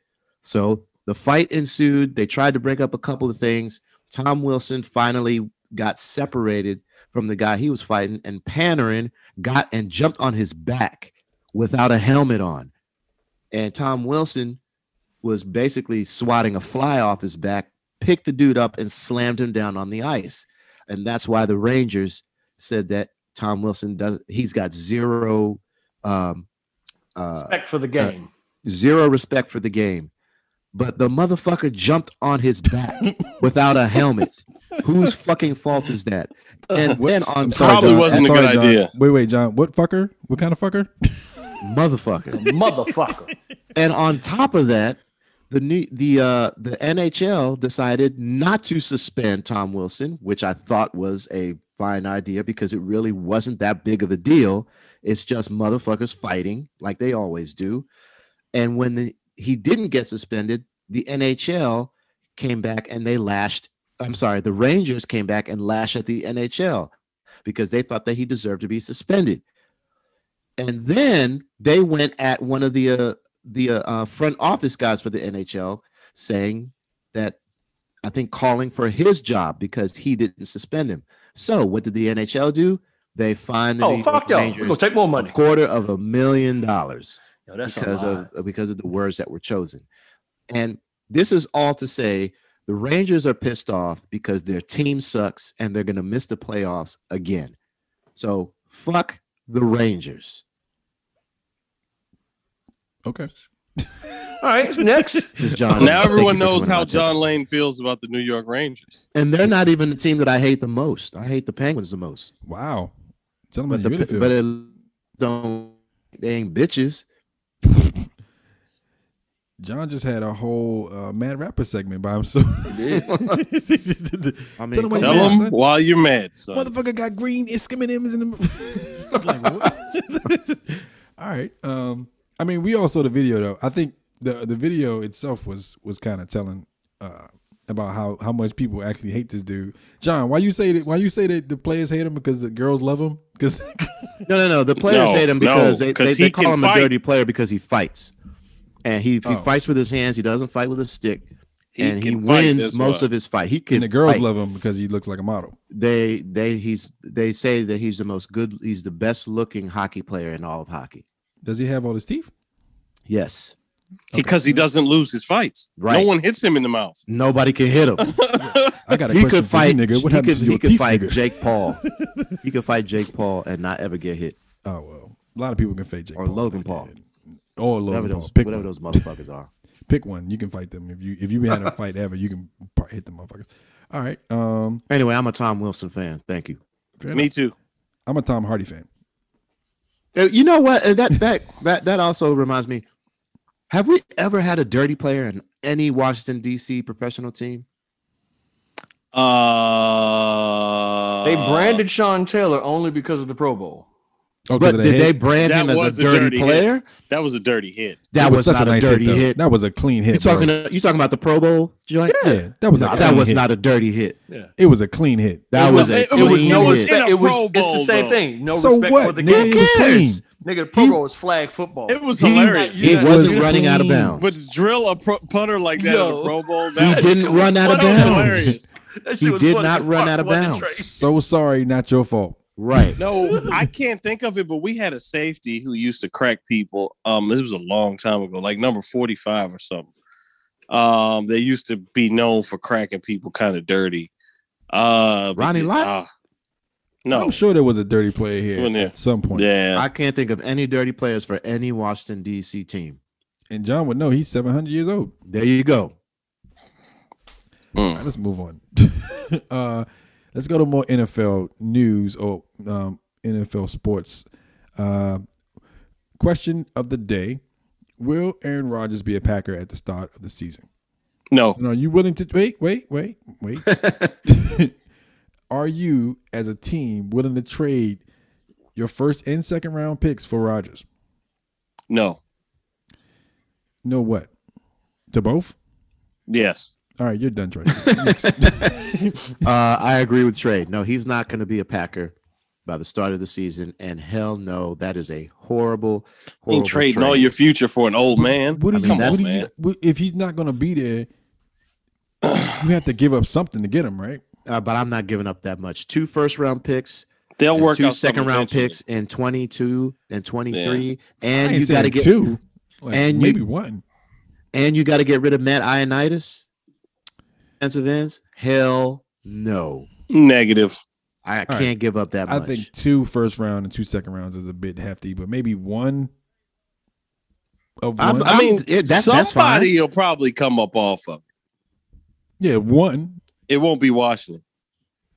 S5: So the fight ensued. They tried to break up a couple of things. Tom Wilson finally got separated from the guy he was fighting, and Panarin got and jumped on his back without a helmet on. And Tom Wilson was basically swatting a fly off his back, picked the dude up, and slammed him down on the ice. And that's why the Rangers said that Tom Wilson does he's got zero um uh
S6: Respect for the game.
S5: zero respect for the game. But the motherfucker jumped on his back without a helmet. Whose fucking fault is that? And then on
S3: I'm sorry, John. I'm sorry, John.
S5: idea.
S3: Wait, wait, John. What fucker? What kind of fucker?
S5: motherfucker.
S6: Motherfucker.
S5: And on top of that, the new, the uh, the NHL decided not to suspend Tom Wilson, which I thought was a fine idea because it really wasn't that big of a deal. It's just motherfuckers fighting like they always do. And when the, he didn't get suspended, the NHL came back and they lashed. I'm sorry, the Rangers came back and lashed at the NHL because they thought that he deserved to be suspended and then they went at one of the uh, the uh, uh, front office guys for the NHL, saying that I think calling for his job because he didn't suspend him. So what did the NHL do? They fined the
S6: Oh,
S5: New
S6: fuck
S5: York
S6: y'all. We're
S5: Rangers
S6: gonna take more money.
S5: a quarter of a million dollars
S6: Yo, that's a
S5: because
S6: lot.
S5: of because of the words that were chosen. And this is all to say the Rangers are pissed off because their team sucks and they're going to miss the playoffs again. So fuck the Rangers.
S3: Okay.
S6: All right, next.
S5: This is John.
S4: Now
S5: Thank you
S4: everyone
S5: for
S4: knows
S5: coming
S4: how
S5: on,
S4: John Lane feels about the New York Rangers.
S5: And they're not even the team that I hate the most. I hate the Penguins the most.
S3: Wow.
S5: But,
S3: Gentlemen,
S5: the,
S3: you really
S5: Pe-
S3: feel-
S5: but it don't they ain't bitches.
S3: John just had a whole uh, Mad Rapper segment by himself.
S5: did.
S3: I
S4: I
S3: mean,
S4: mean,
S3: tell him,
S4: tell him why you're mad, son.
S3: Motherfucker got green skimming him in the. It's like, what? All right. Um, I mean, we all saw the video though. I think the the video itself was was kind of telling uh, about how how much people actually hate this dude. John, why you say that? Why you say that the players hate him because the girls love him? Because
S5: No, no, no. The players
S3: No,
S5: hate him
S3: no,
S5: because they,
S3: 'cause
S5: they,
S3: he
S5: they call
S3: can
S5: him
S3: fight.
S5: a dirty player because he fights. And he, he
S3: Oh.
S5: fights with his hands. He doesn't fight with a stick.
S11: He
S5: and he
S11: can fight,
S5: wins
S11: that's
S5: most
S11: why.
S5: of his fight. He can.
S3: And the girls
S5: fight.
S3: love him because he looks like a model.
S5: They they he's they say that he's the most good. He's the best looking hockey player in all of hockey.
S3: Does he have all his teeth?
S5: Yes.
S4: because he doesn't lose his fights. No
S5: Right.
S4: one hits him in the mouth.
S5: Nobody can hit him.
S3: I got a
S5: he could
S3: question for you,
S5: fight.
S3: nigga. What
S5: he
S3: happened
S5: could,
S3: to your
S5: he could
S3: teeth,
S5: fight
S3: nigga?
S5: Jake Paul. he could fight Jake Paul and not ever get hit.
S3: Oh well, a lot of people can fight Jake
S5: or
S3: Paul.
S5: Logan Paul.
S3: Or Logan
S5: whatever
S3: Paul.
S5: those,
S3: Pick
S5: whatever
S3: one.
S5: those motherfuckers are.
S3: Pick one. You can fight them if you if you had a fight ever. You can pro- hit the motherfuckers. All right. Um.
S5: Anyway, I'm a Tom Wilson fan. Thank you.
S3: fair
S4: Me
S3: enough.
S4: too.
S3: I'm a Tom Hardy fan.
S5: Uh, You know what? Uh, That that that that also reminds me. Have we ever had a dirty player in any Washington D.C. professional team?
S4: Uh,
S6: They branded Sean Taylor only because of the Pro Bowl.
S3: Oh, 'cause
S5: but
S3: of the
S5: did
S3: head?
S5: they brand him
S4: That
S5: as
S4: was
S5: a dirty, player?
S4: Hit. That was a dirty hit.
S5: That,
S3: It
S5: was,
S3: such
S5: not a,
S3: nice
S5: dirty
S3: though.
S5: hit.
S3: That was a clean hit.
S5: You talking?
S3: bro.
S5: You talking about the Pro Bowl joint?
S3: Yeah, that was a
S5: Nah, that
S3: clean
S5: was
S3: hit.
S5: not a dirty hit.
S3: It was a clean hit.
S5: That
S4: It
S5: was,
S4: was-
S5: a
S4: it was
S5: clean
S4: no
S5: hit.
S4: respect.
S6: It was.
S4: Pro
S6: it's the
S4: Bowl,
S6: same
S4: though.
S6: thing. No
S3: so
S6: respect for
S3: what,
S6: the
S3: nigga?
S6: game.
S3: It was
S5: cares?
S3: clean.
S6: Nigga, the Pro Bowl is flag football.
S4: It was
S5: He-
S4: hilarious.
S5: He,
S3: That
S5: wasn't
S3: was
S5: running out of
S3: clean.
S5: bounds.
S4: But to drill a pro- punter like that in
S6: Yo.
S4: a Pro Bowl,
S5: he
S4: that was
S5: didn't run out of
S4: that was
S5: bounds.
S4: hilarious.
S6: That shit
S5: He
S6: was
S5: did
S6: funny
S5: not
S6: as
S5: run
S6: fuck,
S5: out of
S6: wasn't it,
S5: bounds.
S6: Trey?
S3: So sorry, not your fault.
S5: Right.
S4: No, I can't think of it, but we had a safety who used to crack people. Um, this was a long time ago, like number 45 or something. Um, they used to be known for cracking people kind of dirty. Uh, but
S5: Ronnie
S4: the-
S5: Lott?
S4: ah. no,
S3: I'm sure there was a dirty player here
S4: Wasn't there?
S3: at some point.
S4: yeah,
S5: I can't think of any dirty players for any Washington D.C. team.
S3: And John would know he's 700 years old.
S5: There you go.
S3: All right, let's move on. uh, let's go to more NFL news or um, NFL sports. Uh, question of the day: Will Aaron Rodgers be a Packer at the start of the season?
S4: no,
S3: And are you willing to wait, wait, wait, wait? are you, as a team, willing to trade your first and second round picks for Rodgers?
S4: no,
S3: No, what? To both?
S4: yes,
S3: All right, you're done, Trey.
S5: Uh, I agree with Trey. No, he's not going to be a Packer by the start of the season. And hell no, that is a
S4: you
S5: horrible,
S4: ain't
S5: horrible
S4: trading
S5: trade.
S4: all your future for an old man.
S3: What do you,
S5: mean,
S3: what
S5: that's-
S3: do you what- if he's not going to be there? you have to give up something to get him, right?
S5: Uh, but I'm not giving up that much. Two first round picks,
S4: They'll
S5: and
S4: work
S5: two
S4: out something
S5: second round
S4: eventually.
S5: picks, and 22 and 23,
S3: I
S5: and
S3: ain't
S5: you got to
S3: saying
S5: get
S3: two, like,
S5: and you-
S3: maybe one.
S5: and you got to get rid of Matt Ioannidis. Defensive ends? Hell no.
S4: Negative.
S5: I
S3: right.
S5: can't give up that
S3: I
S5: much.
S3: think two first round and two second rounds is a bit hefty, but maybe one of
S5: I'm-
S3: one.
S4: I mean,
S5: it- that's- that's fine.
S4: somebody will probably come up off of.
S3: yeah, one.
S4: It It won't be Washington.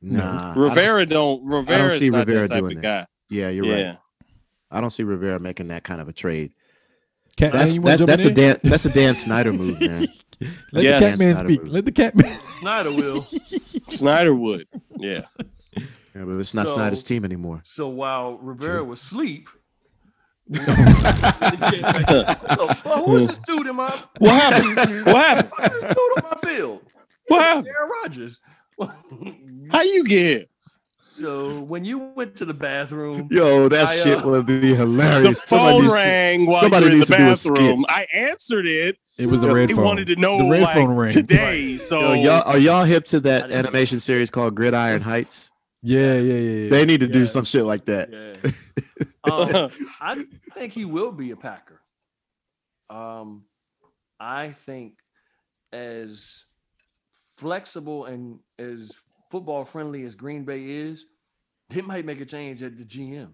S5: nah, I don't
S4: Rivera
S5: s-
S4: don't, Rivera's
S5: see
S4: not
S5: Rivera
S4: that type
S5: doing
S4: of
S5: that.
S4: guy.
S5: Yeah, you're
S4: yeah.
S5: right. I don't see Rivera making that kind of a trade.
S3: Cat,
S5: That's
S3: you wanna
S5: that,
S3: jump
S5: that's a
S3: in there?
S5: Dan that's a Dan Snyder move, man.
S3: Let
S4: Yes.
S3: the cat man
S5: Not a
S3: speak.
S5: move.
S3: Let the cat man.
S6: Snyder will.
S4: Snyder would. Yeah.
S5: Yeah, but it's not
S6: So-
S5: Snyder's team anymore.
S6: So while Rivera was asleep. well, who's this dude in my
S4: What happened? What happened?
S6: who's this dude in my field?
S4: What happened?
S6: Aaron Rodgers.
S4: How you get here?
S6: so when you went to the bathroom,
S5: Yo, that
S6: I, uh,
S5: shit would be
S4: The
S5: hilarious. Somebody
S4: phone
S5: needs to-
S4: rang while
S5: somebody
S4: you were in the
S5: needs to do a skit.
S4: bathroom. I answered it.
S3: It was a
S4: He
S3: red phone.
S4: wanted to know
S3: the red
S4: like,
S3: phone rang.
S4: today. So
S5: Yo, y'all are y'all hip to
S6: I
S5: that
S6: didn't-
S5: animation series called Gridiron Heights?
S3: Yeah, yeah, yeah. yeah.
S5: They need to do
S6: Yes.
S5: some shit like that.
S6: Yeah. Um, I think he will be a Packer. Um, I think as flexible and as football friendly as Green Bay is, they might make a change at the GM.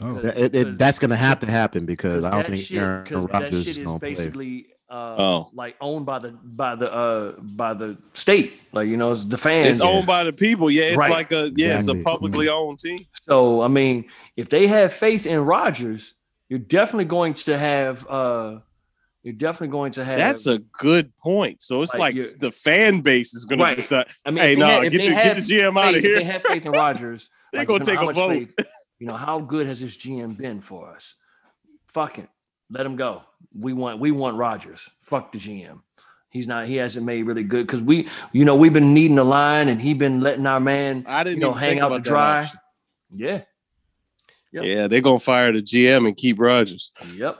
S3: Oh,
S6: Yeah.
S5: That- it- it-
S6: Cause-
S5: that's gonna have to happen because I don't
S6: that
S5: think
S6: shit-
S5: Aaron
S6: 'cause that
S5: Rodgers
S6: shit
S5: is
S6: is
S5: gonna play.
S6: basically uh,
S4: Oh.
S6: like owned by the by the uh by the state. Like you know, it's the fans.
S4: it's owned by the people. Yeah, it's
S6: Right.
S4: like a yeah, it's
S5: Exactly. Mm-hmm.
S4: a publicly owned team.
S6: So I mean, if they have faith in Rodgers, you're definitely going to have uh you're definitely going to have
S4: That's a good point. So it's
S6: Like,
S4: like,
S6: you-
S4: the fan base is gonna
S6: Right.
S4: decide.
S6: I mean,
S4: hey,
S6: if they
S4: no,
S6: had- if
S4: get
S6: they
S4: the, get
S6: had
S4: the GM out of
S6: faith- if
S4: here.
S6: They have faith in Rodgers.
S4: They
S6: like,
S4: gonna
S6: you know,
S4: take
S6: how
S4: a
S6: much
S4: vote.
S6: faith- you know, how good has this GM been for us? Fuck it. Let him go. We want we want Rodgers. Fuck the GM. He's not. He hasn't made really good because we, you know, we've been needing a line and he been letting our man,
S4: I
S6: you
S4: didn't
S6: know,
S4: even
S6: hang
S4: think
S6: out to
S4: about that
S6: dry.
S4: option.
S6: Yeah. Yep.
S4: Yeah, they're gonna fire the GM and keep Rogers.
S6: Yep.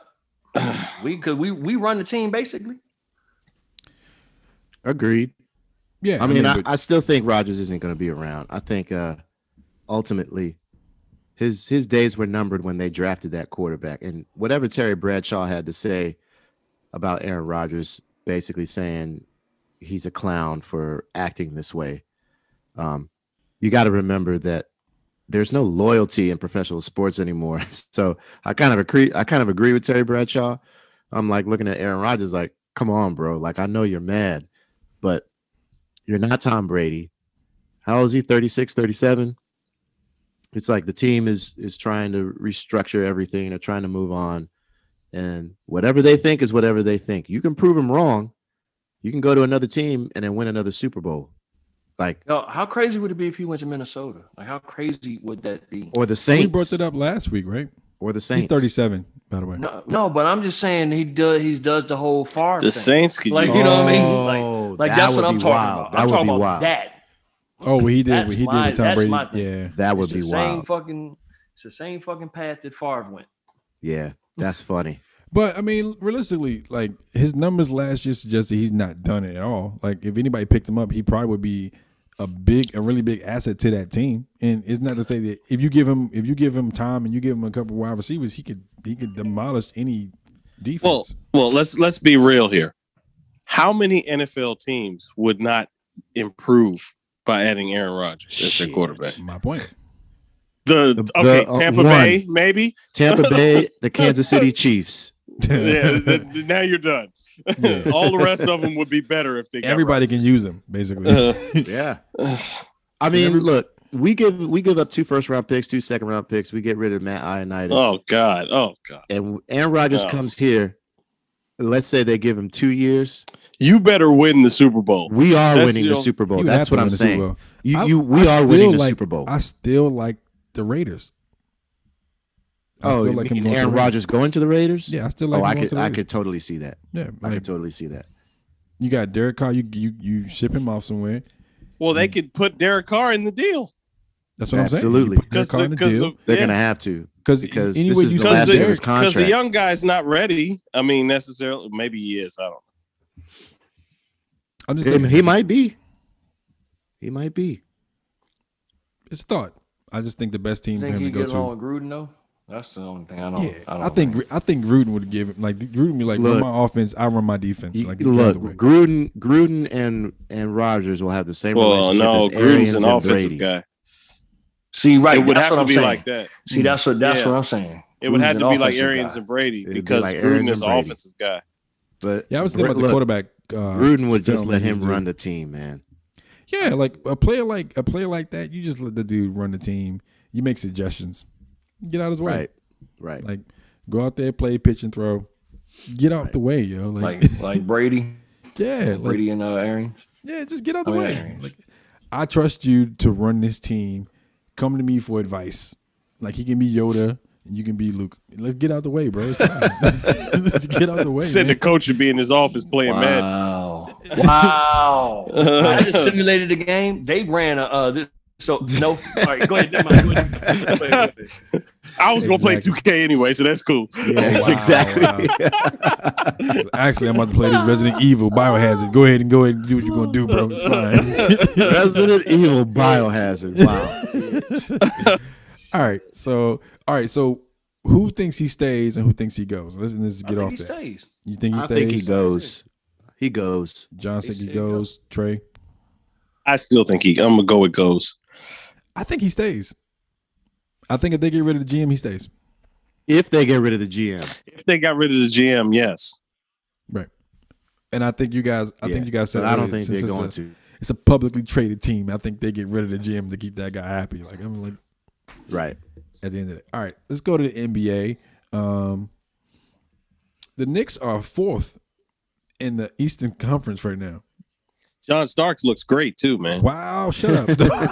S6: we could we we run the team basically.
S5: Agreed.
S3: Yeah,
S5: I
S3: I
S5: mean,
S3: mean,
S5: I,
S3: but-
S5: I still think Rogers isn't going to be around. I think uh, ultimately, his his days were numbered when they drafted that quarterback. And whatever Terry Bradshaw had to say about Aaron Rodgers, basically saying he's a clown for acting this way. Um, you got to remember that there's no loyalty in professional sports anymore. So I kind of agree. I kind of agree with Terry Bradshaw. I'm like looking at Aaron Rodgers, like, come on, bro. Like I know you're mad, but you're not Tom Brady. How old is he? 36, 37? It's like the team is is trying to restructure everything. They're trying to move on. And whatever they think is whatever they think. You can prove them wrong. You can go to another team and then win another Super Bowl. Like
S6: Yo, how crazy would it be if he went to Minnesota? Like, how crazy would that be?
S5: or the
S3: We
S5: Saints.
S3: brought it up last week, right?
S5: Or the
S3: He's
S5: Saints.
S3: 37, by the way.
S6: No, no, but I'm just saying he does. He does the whole far.
S3: The
S6: thing.
S3: Saints could
S6: like
S3: use
S6: you know what I
S3: Oh,
S6: mean? Like, like
S3: that
S6: that's
S3: would
S6: what I'm
S3: be
S6: talking
S3: wild.
S6: about.
S3: That
S6: I'm
S3: would
S6: talking
S3: be
S6: about
S3: wild.
S6: that.
S3: Oh, what he did,
S6: That's
S3: what he did
S6: my-
S3: with Tom
S6: that's
S3: Brady.
S6: my thing.
S3: Yeah,
S5: That would
S6: It's
S5: be
S6: the same
S5: wild.
S6: fucking. It's the same fucking path that Favre went.
S5: Yeah, that's funny.
S3: But I mean, realistically, like his numbers last year suggested he's not done it at all. Like if anybody picked him up, he probably would be a big, a really big asset to that team. And it's not to say that if you give him, if you give him time and you give him a couple wide receivers, he could, he could demolish any defense.
S4: Well, well, let's let's be real here. How many NFL teams would not improve by adding Aaron Rodgers as their quarterback?
S3: My point.
S4: The okay,
S5: The, uh,
S4: Tampa
S5: one.
S4: Bay, maybe
S5: Tampa Bay, the Kansas City Chiefs.
S4: yeah, th- th- now you're done. All the rest of them would be better if they got
S3: Everybody can use him basically.
S6: Uh-huh.
S5: yeah. I mean, look, we give we give up two first round picks, two second round picks. We get rid of Matt Ioannidis.
S4: Oh God! Oh God! Oh.
S5: and Aaron Rodgers
S4: No.
S5: comes here. Let's say they give him two years.
S4: You better win the Super Bowl.
S5: We are
S4: That's
S5: winning the
S4: your-
S5: Super Bowl.
S3: You have
S5: That's
S3: to
S5: what
S3: win
S5: I'm
S3: the Super
S5: saying.
S3: Bowl.
S5: You,
S3: I-
S5: you, we
S3: I
S5: are
S3: still
S5: winning the
S3: like-
S5: Super Bowl.
S3: I still like the Raiders. I
S5: oh, you
S3: still like him
S5: mean
S3: going to
S5: Aaron
S3: the Raiders.
S5: Rodgers going to the Raiders?
S3: Yeah, I still like
S5: Oh,
S3: him
S5: I
S3: going to
S5: could,
S3: the
S5: I
S3: Raiders.
S5: could totally see that.
S3: Yeah,
S5: I
S3: like-
S5: could totally see that.
S3: You got Derek Carr. You you you ship him off somewhere.
S4: Well, they could put Derek Carr in the deal.
S3: That's what
S5: Absolutely.
S3: I'm saying. You put Derek Carr in the deal.
S5: They're
S4: yeah.
S5: going to have to
S3: 'Cause
S5: because
S3: any
S5: this
S3: way
S5: is
S3: you
S5: the
S3: cut
S5: last year of
S3: Derek-
S5: his
S4: 'Cause
S5: contract.
S4: the young guy's not ready. I mean, necessarily. Maybe he is. I don't. know.
S3: I'm just
S5: Him-
S3: saying,
S5: he might be. He might be.
S3: It's a thought. I just think the best team for
S6: Think
S3: him
S6: he
S3: to
S6: get
S3: go to.
S6: along with Gruden though? That's the only thing I don't.
S3: yeah,
S6: I, don't
S3: I, think I think Gruden would give him like Gruden would be like
S5: Look.
S3: run my offense, I run my defense.
S5: You-
S3: Like you
S5: look,
S3: can't do it.
S5: Gruden, Gruden, and and Rogers will have the same.
S4: Well,
S5: relationship
S4: no,
S5: as
S4: Gruden's
S5: Arians
S4: an
S5: and
S4: offensive
S5: Brady.
S4: guy.
S6: See, right?
S4: It would
S6: that's
S4: have
S6: what
S4: to
S6: I'm
S4: be
S6: saying.
S4: like that.
S6: See, that's what that's
S4: Yeah.
S6: what I'm saying.
S4: It would
S6: Gruden's
S4: have
S6: an
S4: to be like
S6: offensive
S4: Arians
S6: guy.
S4: and Brady
S5: It'd be
S4: because
S5: like Arians
S4: Gruden is
S5: and
S4: an
S5: Brady.
S4: offensive guy.
S5: But
S3: Yeah, I was thinking about the
S5: look,
S3: quarterback. Uh,
S5: Gruden would just
S3: film
S5: let
S3: he
S5: him
S3: was
S5: run
S3: doing.
S5: the team, man.
S3: Yeah, like a player like a player like that, you just let the dude run the team. You make suggestions. Get out of his way.
S5: Right, right.
S3: Like go out there, play, pitch, and throw. Get out the way, yo. Like,
S6: like like Brady.
S3: yeah, like,
S6: Brady and uh, Arians.
S3: yeah, just get out
S6: I
S3: the
S6: mean,
S3: way.
S6: Arians.
S3: Like, I trust you to run this team. Come to me for advice. Like he can be Yoda and you can be Luke. Let's get out the way, bro. It's fine. Let's get out the way.
S4: Said the
S3: man.
S4: coach would be in his office playing Madden.
S6: Wow. Wow. I just simulated the game. They ran a uh, this. So no. All right, go ahead. never mind, go ahead. Go ahead.
S4: I was gonna play 2K anyway, so that's cool.
S3: Yeah, wow, wow. Actually, I'm about to play this Resident Evil Biohazard. Go ahead and go ahead and do what you're gonna do, bro. It's fine.
S5: Resident Evil Biohazard. Wow.
S3: all right. So all right. So who thinks he stays and who thinks he goes? Let's, let's
S6: I
S3: get
S6: think
S3: off
S6: he
S3: that.
S6: stays.
S3: You think he
S5: I
S3: stays?
S5: think he goes. He goes.
S3: John said
S6: He
S3: he
S6: said he goes.
S3: goes. Trey.
S4: I still think he. I'm gonna go with goes.
S3: I think he stays. I think if they get rid of the GM, he stays.
S5: If they get rid of the GM,
S4: If they got rid of the GM, yes.
S3: Right. And I think you guys. I
S5: Yeah,
S3: think you guys said.
S5: but I don't
S3: earlier,
S5: think
S3: since
S5: they're
S3: it's
S5: going
S3: a-
S5: to.
S3: It's a publicly traded team. I think they get rid of the GM to keep that guy happy. Like I'm like.
S5: right?
S3: at the end of it. All right, let's go to the NBA. Um, the Knicks are fourth in the Eastern Conference right now.
S4: John Starks looks great too, man.
S3: Wow, shut up.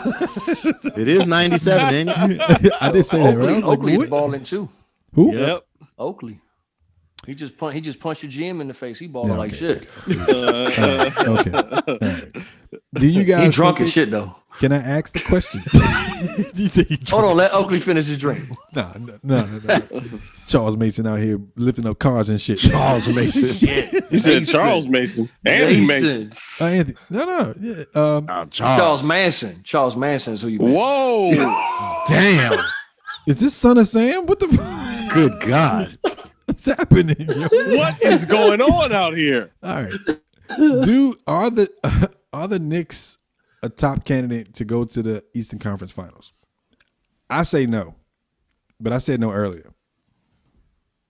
S5: It is 97, ain't it?
S3: I did say that, right?
S6: Oakley,
S3: I was like,
S6: Oakley is
S3: what?
S6: balling too.
S3: Who?
S5: Yep.
S6: Oakley. He just punch, he just punched your GM in the face. He balled like shit.
S3: okay. All right. Do you guys
S6: He drunk
S3: think
S6: as
S3: they-
S6: shit though.
S3: Can I ask the question?
S6: Hold on, let Oakley finish his drink.
S3: no, no, no, no. Charles Mason out here lifting up cars and shit. Charles Mason.
S4: He said Charles Mason. Andy Mason.
S3: Uh, Anthony. No, no. Yeah, um,
S6: Charles. Manson. Charles Manson is who you. Meant.
S4: Whoa!
S3: Damn. Is this son of Sam? What the? Good God. What's happening? yo?
S4: what is going on out here?
S3: All right. Do are the are the Knicks a top candidate to go to the Eastern Conference Finals? I say no, but I said no earlier.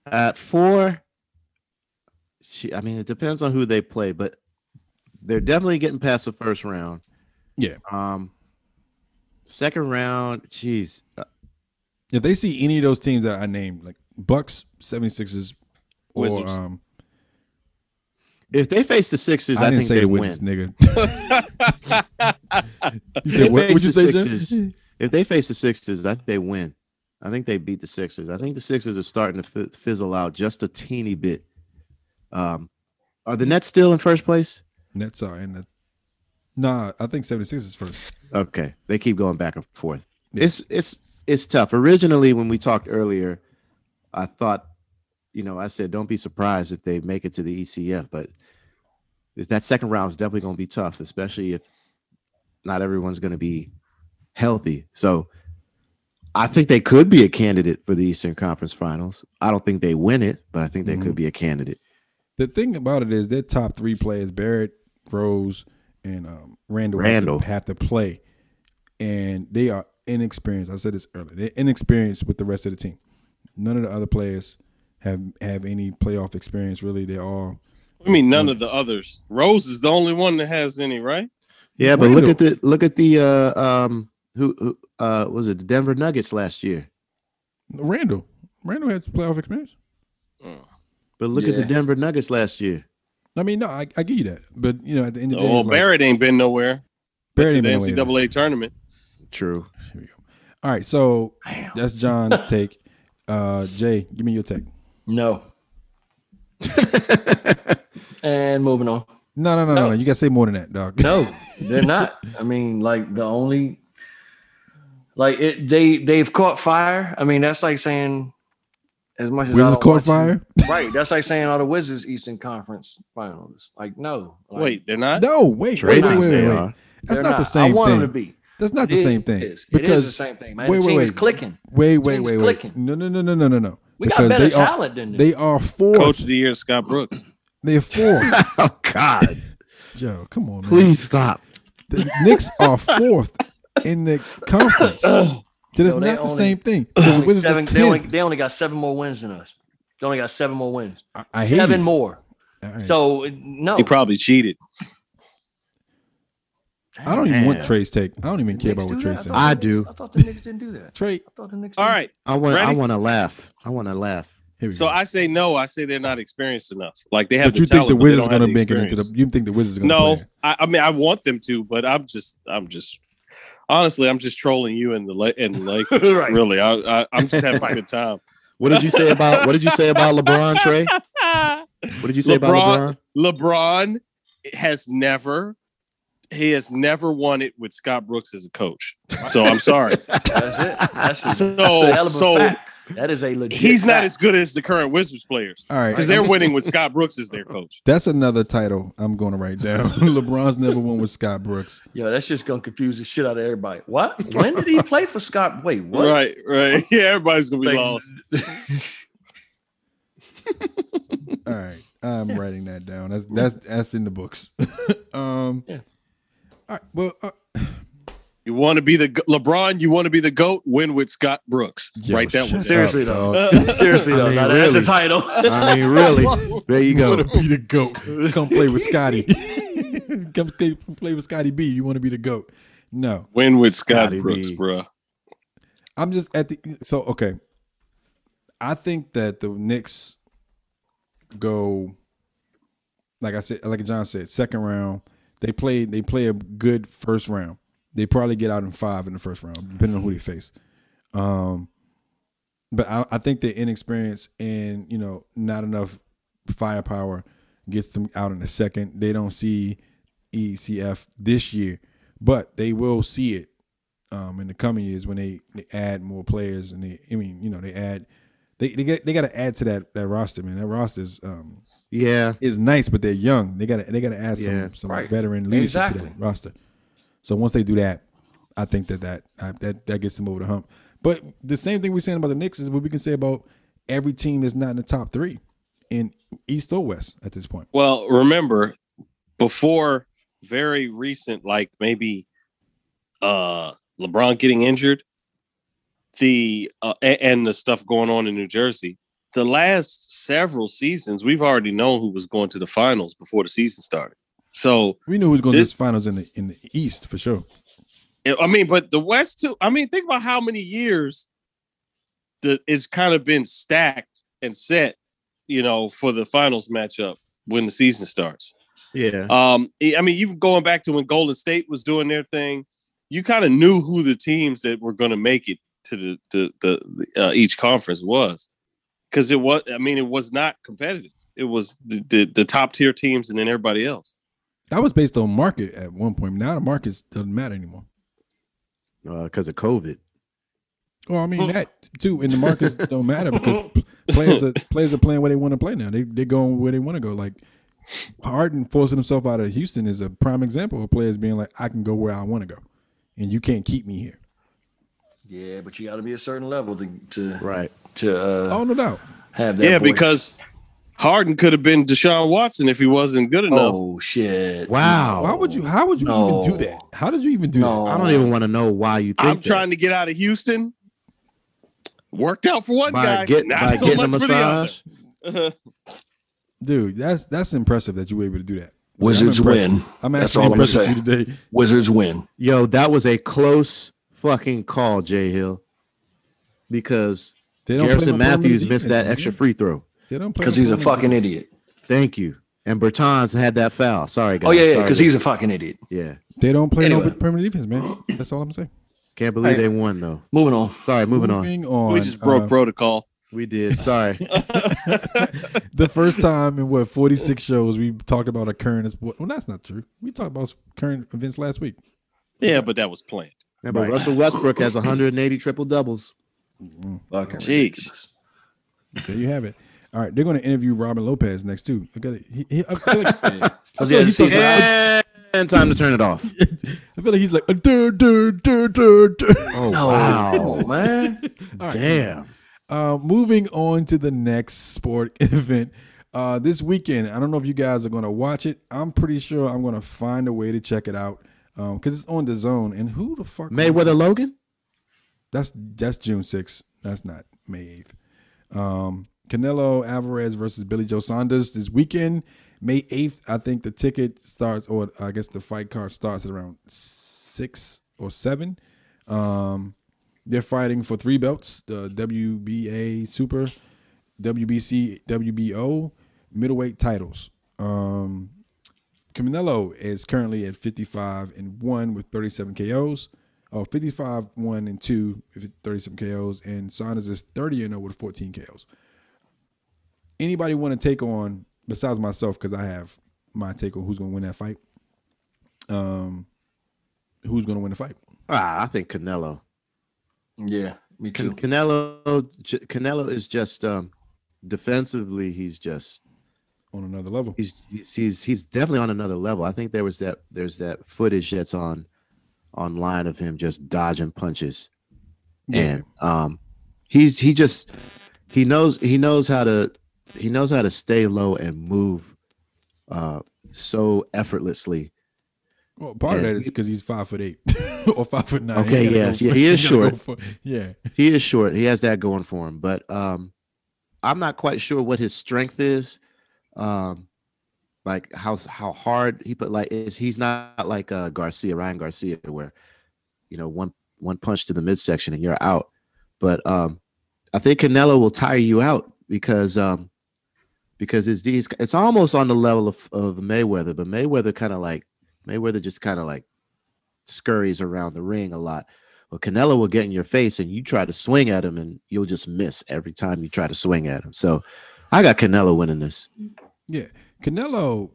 S5: At four, she, I mean, it depends on who they play, but they're definitely getting past the first round.
S3: Yeah.
S5: Um, second round, jeez, uh,
S3: If they see any of those teams that I named, like Bucks, 76ers, or
S5: Wizards.
S3: um,
S5: if they face the Sixers, I,
S3: I, didn't
S5: think
S3: say
S5: they
S3: the
S5: win.
S3: Wizards, nigga.
S5: If
S3: You said
S5: they
S3: what-
S5: face
S3: what'd you
S5: the
S3: say, Jim?
S5: Sixers- If they face the Sixers, I think they win. I think they beat the Sixers. I think the Sixers are starting to fi- fizzle out just a teeny bit. Um, are the Nets still in first place?
S3: Nets are in the. Nah, I think 76ers is first.
S5: Okay, they keep going back and forth. It's it's it's tough. Originally, when we talked earlier, I thought, you know, I said don't be surprised if they make it to the ECF, but if that second round is definitely going to be tough, especially if not everyone's going to be healthy. So I think they could be a candidate for the Eastern Conference Finals. I don't think they win it, but I think they could be a candidate.
S3: The thing about it is their top three players, Barrett, Rose, and um, Randall, have to-
S5: Randall.
S3: Have, to, play. And they are inexperienced. I said this earlier. They're inexperienced with the rest of the team. None of the other players have have any playoff experience, really. They're all.
S4: I mean, none of the others. Rose is the only one that has any, right?
S5: Yeah, but look at the look at the uh, um who, who uh was it the Denver Nuggets last year?
S3: Randall. Randall has playoff experience.
S5: But look at the
S3: Yeah.
S5: Denver Nuggets last year.
S3: I mean, no, I, I give you that. But, you know, at the end of the day.
S4: Oh,
S3: it's like-
S4: Barrett ain't been nowhere. But
S3: Barrett
S4: to
S3: ain't
S4: the
S3: been nowhere
S4: NCAA tournament.
S5: True.
S3: All right, so that's John's take. Uh, Jay, give me your take.
S6: No. and moving on.
S3: No, no, no, no, no. You got to say more than that, dog.
S6: No, they're not. I mean, like the only like it they they've caught fire. I mean, that's like saying as much as I
S3: Wizards
S6: don't
S3: caught
S6: want to-
S3: fire?
S6: right, that's like saying all the Wizards Eastern Conference Finals. Like no, like,
S4: Wait, they're not.
S3: No, wait,
S6: They're
S3: wait, wait,
S6: not.
S3: wait,
S6: They
S3: wait, wait.
S6: are.
S3: That's
S6: They're
S3: not, the
S6: not. I
S3: same
S6: want 'em to
S3: thing.
S6: be.
S3: That's not the
S6: It
S3: same thing.
S6: is. It is the
S3: Because
S6: same thing, man. The team is clicking.
S3: Wait,
S6: The
S3: wait,
S6: team is
S3: wait, wait.
S6: clicking.
S3: No, no, no, no, no, no, no.
S6: We got better talent than them.
S3: are, They are four.
S4: Coach of the year, Scott Brooks.
S3: They're four.
S5: oh God,
S3: Joe, come on, man.
S5: Please stop.
S3: The Knicks are fourth in the conference. So it's
S6: No, they
S3: not the
S6: only-
S3: same thing.
S6: they
S3: The
S6: only
S3: Wizards are
S6: seven- they, only,
S3: 10th.
S6: they only got seven more wins than us. They only got seven more wins.
S3: I hear
S6: seven
S3: you.
S6: more.
S3: All right.
S6: So no,
S4: He probably cheated.
S3: I don't even want
S4: Man.
S3: Trey's take. I don't even care about
S6: Knicks
S3: what
S6: do
S3: Trey
S6: that?
S3: said.
S5: I do.
S6: I thought the Knicks didn't do that.
S3: Trey.
S6: I thought the Knicks.
S4: All
S6: didn't-
S4: right.
S5: I want I
S4: Ready?
S5: want to laugh. I want to laugh.
S3: Here we
S4: So I say no. I say they're not experienced enough. Like they have
S3: But
S4: the
S3: you think
S4: talent,
S3: the
S4: but they
S3: Wizards
S4: don't
S3: going to
S4: have the
S3: make it into
S4: experience.
S3: the? You think the Wizards going to
S4: No,
S3: play?
S4: I, I mean I want them to, but I'm just I'm just honestly I'm just trolling you and the La- and the Lakers.
S6: Right.
S4: Really, I, I I'm just having a good time.
S5: What did you say about what did you say about LeBron, Trey? What did you say about LeBron?
S4: LeBron has never he has never won it with Scott Brooks as a coach. So I'm sorry.
S6: That's it. That's, a,
S4: So-
S6: that's a hell of a
S4: so
S6: fact. That is a legit.
S4: He's not
S6: fact.
S4: as good as the current Wizards players.
S3: All right.
S4: Because they're winning with Scott Brooks as their coach.
S3: That's another title I'm going to write down. LeBron's never won with Scott Brooks.
S6: Yo, that's just gonna confuse the shit out of everybody. What? When did he play for Scott? Wait, what?
S4: Right, right. Yeah, everybody's gonna be
S6: Like,
S4: lost.
S3: All right, I'm writing that down. That's that's that's in the books. um,
S6: Yeah.
S3: All right. Well, uh,
S4: You want to be the g- LeBron? You want to be the goat? Win with Scott Brooks.
S3: Yo,
S4: Write that one.
S3: shut
S4: down.
S6: Seriously though.
S3: up,
S6: Seriously
S5: I
S6: though.
S5: mean,
S6: now that's the
S5: really.
S6: title.
S5: I mean, really? There you
S3: want
S5: go.
S3: to be the goat? Come play with Scotty. come, stay, come play with Scotty B. You want to be the goat? No,
S4: Win with Scott
S5: Scotty
S4: Brooks,
S5: B.
S4: bruh.
S3: I'm just at the. So okay, I think that the Knicks go. Like I said, like John said, second round. They play. They play a good first round. They probably get out in five in the first round, depending on who they face. Um, but I, I think their inexperience and you know not enough firepower gets them out in a second. They don't see ECF this year, but they will see it um, in the coming years when they, they add more players and they. I mean, you know, they add they they get they got to add to that that roster, man. That roster is um,
S5: yeah
S3: is nice, but they're young. They got to they got to add some
S5: Yeah.
S3: some
S5: Right.
S3: veteran leadership to
S5: Exactly.
S3: that roster. So once they do that, I think that that uh, that that gets them over the hump. But the same thing we're saying about the Knicks is what we can say about every team that's not in the top three in East or West at this point.
S4: Well, remember before very recent, like maybe uh LeBron getting injured, the uh, a- and the stuff going on in New Jersey. The last several seasons, we've already known who was going to the finals before the season started. So
S3: We know who's going to
S4: This-
S3: this finals in the in the East for sure.
S4: I mean, but the West too. I mean, think about how many years the it's kind of been stacked and set, you know, for the finals matchup when the season starts.
S5: Yeah.
S4: Um, I I mean, even going back to when Golden State was doing their thing, you kind of knew who the teams that were going to make it to the the, the uh, each conference was, because it was. I mean, it was not competitive. It was the the, the top tier teams and then everybody else.
S3: That was based on market at one point. Now the market doesn't matter anymore.
S5: because Uh, of COVID.
S3: Well, I mean that too, and the markets don't matter because players are players are playing where they want to play now. They they're going where they want to go. Like Harden forcing himself out of Houston is a prime example of players being like, I can go where I want to go, and you can't keep me here.
S6: Yeah, but you got to be a certain level to to
S5: right
S6: to uh,
S3: oh no doubt
S6: have that.
S4: Yeah,
S6: voice.
S4: because Harden could have been Deshaun Watson if he wasn't good enough.
S6: Oh shit!
S3: Why would you? How would you even do that? How did you even do that?
S5: I don't even want to know why you think
S4: I'm trying to get out of Houston. Worked out for one
S5: By
S4: guy,
S5: get-
S4: not
S5: by
S4: so
S5: getting a
S4: much for the other.
S5: massage?
S3: dude. That's that's impressive that you were able to do that. I'm
S5: Wizards
S3: impressed.
S5: win.
S3: I'm
S5: That's
S3: actually
S5: all I'm
S3: impressed with
S5: saying.
S3: you today.
S6: Wizards win.
S5: Yo, that was a close fucking call, Jay Hill, because
S3: They don't play
S5: Garrison
S3: no perimeter
S5: Matthews missed
S3: defense,
S5: that
S3: man.
S5: extra free throw.
S3: They don't play
S6: Because
S3: no
S6: he's a
S3: perimeter
S6: fucking
S3: defense.
S6: idiot.
S5: Thank you. And Bertans had that foul. Sorry, guys.
S6: Oh yeah, yeah.
S5: Sorry,
S6: Because he's a
S5: guys.
S6: fucking idiot.
S5: Yeah.
S3: They don't play no
S6: Anyway.
S3: perimeter defense, man. That's all I'm saying.
S5: Can't believe
S6: Hey.
S5: they won though.
S6: Moving on.
S5: Sorry, moving,
S3: Moving
S5: on.
S3: on, We just broke uh,
S4: protocol.
S5: We did. Sorry.
S3: the first time in what 46 shows we talked about a current well that's not true we talked about current events last week
S4: Yeah, but that was planned.
S5: Yeah, but Russell Westbrook has 180 triple doubles.
S6: Fucking
S4: Jeez.
S3: there you have it all right they're going to interview robin lopez next too i got he, he, I feel like, I feel like he talks about-
S5: And time to turn it off.
S3: I feel like he's like "Uh, duh, duh, duh, duh, duh."
S5: Oh wow,
S6: man!
S3: All right.
S5: Damn.
S3: Uh, moving on to the next sport event. Uh, this weekend, I don't know if you guys are going to watch it. I'm pretty sure I'm going to find a way to check it out because it's on the zone. And who the fuck?
S5: Mayweather Logan.
S3: That's that's June 6th. That's not May 8th. Um, Canelo Alvarez versus Billy Joe Saunders this weekend, May 8th. I think the ticket starts, or I guess the fight card starts at around six or seven. Um, they're fighting for three belts: the WBA Super, WBC, WBO middleweight titles. Um, Camilo is currently at 55 and 1 with 37 KOs. Oh, 55 1 and 2 with 37 KOs. And Saunders is 30 and 0 with 14 KOs. Anybody want to take on, besides myself, because I have my take on who's going to win that fight? Um, Who's going to win the fight?
S5: Ah, I think Canelo.
S6: Yeah, me too.
S5: Can- Canelo. J- Canelo is just um, defensively. He's just
S3: on another level.
S5: He's, he's he's he's definitely on another level. I think there was that there's that footage that's on online of him just dodging punches, and um, he's he just he knows he knows how to he knows how to stay low and move uh so effortlessly.
S3: Well, part of
S5: Yeah.
S3: that is because he's five foot eight or five foot nine.
S5: Okay,
S3: gotta
S5: yeah,
S3: go
S5: yeah,
S3: for-
S5: he is
S3: gotta go
S5: short.
S3: for- yeah,
S5: He is short. He has that going for him, but um, I'm not quite sure what his strength is. Um, like how how hard he put like is he's not like uh Garcia Ryan Garcia where you know one one punch to the midsection and you're out. But um, I think Canelo will tire you out because um, because it's these it's almost on the level of of Mayweather, but Mayweather kind of like Mayweather just kind of like scurries around the ring a lot. But Canelo will get in your face and you try to swing at him and you'll just miss every time you try to swing at him. So I got Canelo winning this.
S3: Yeah, Canelo,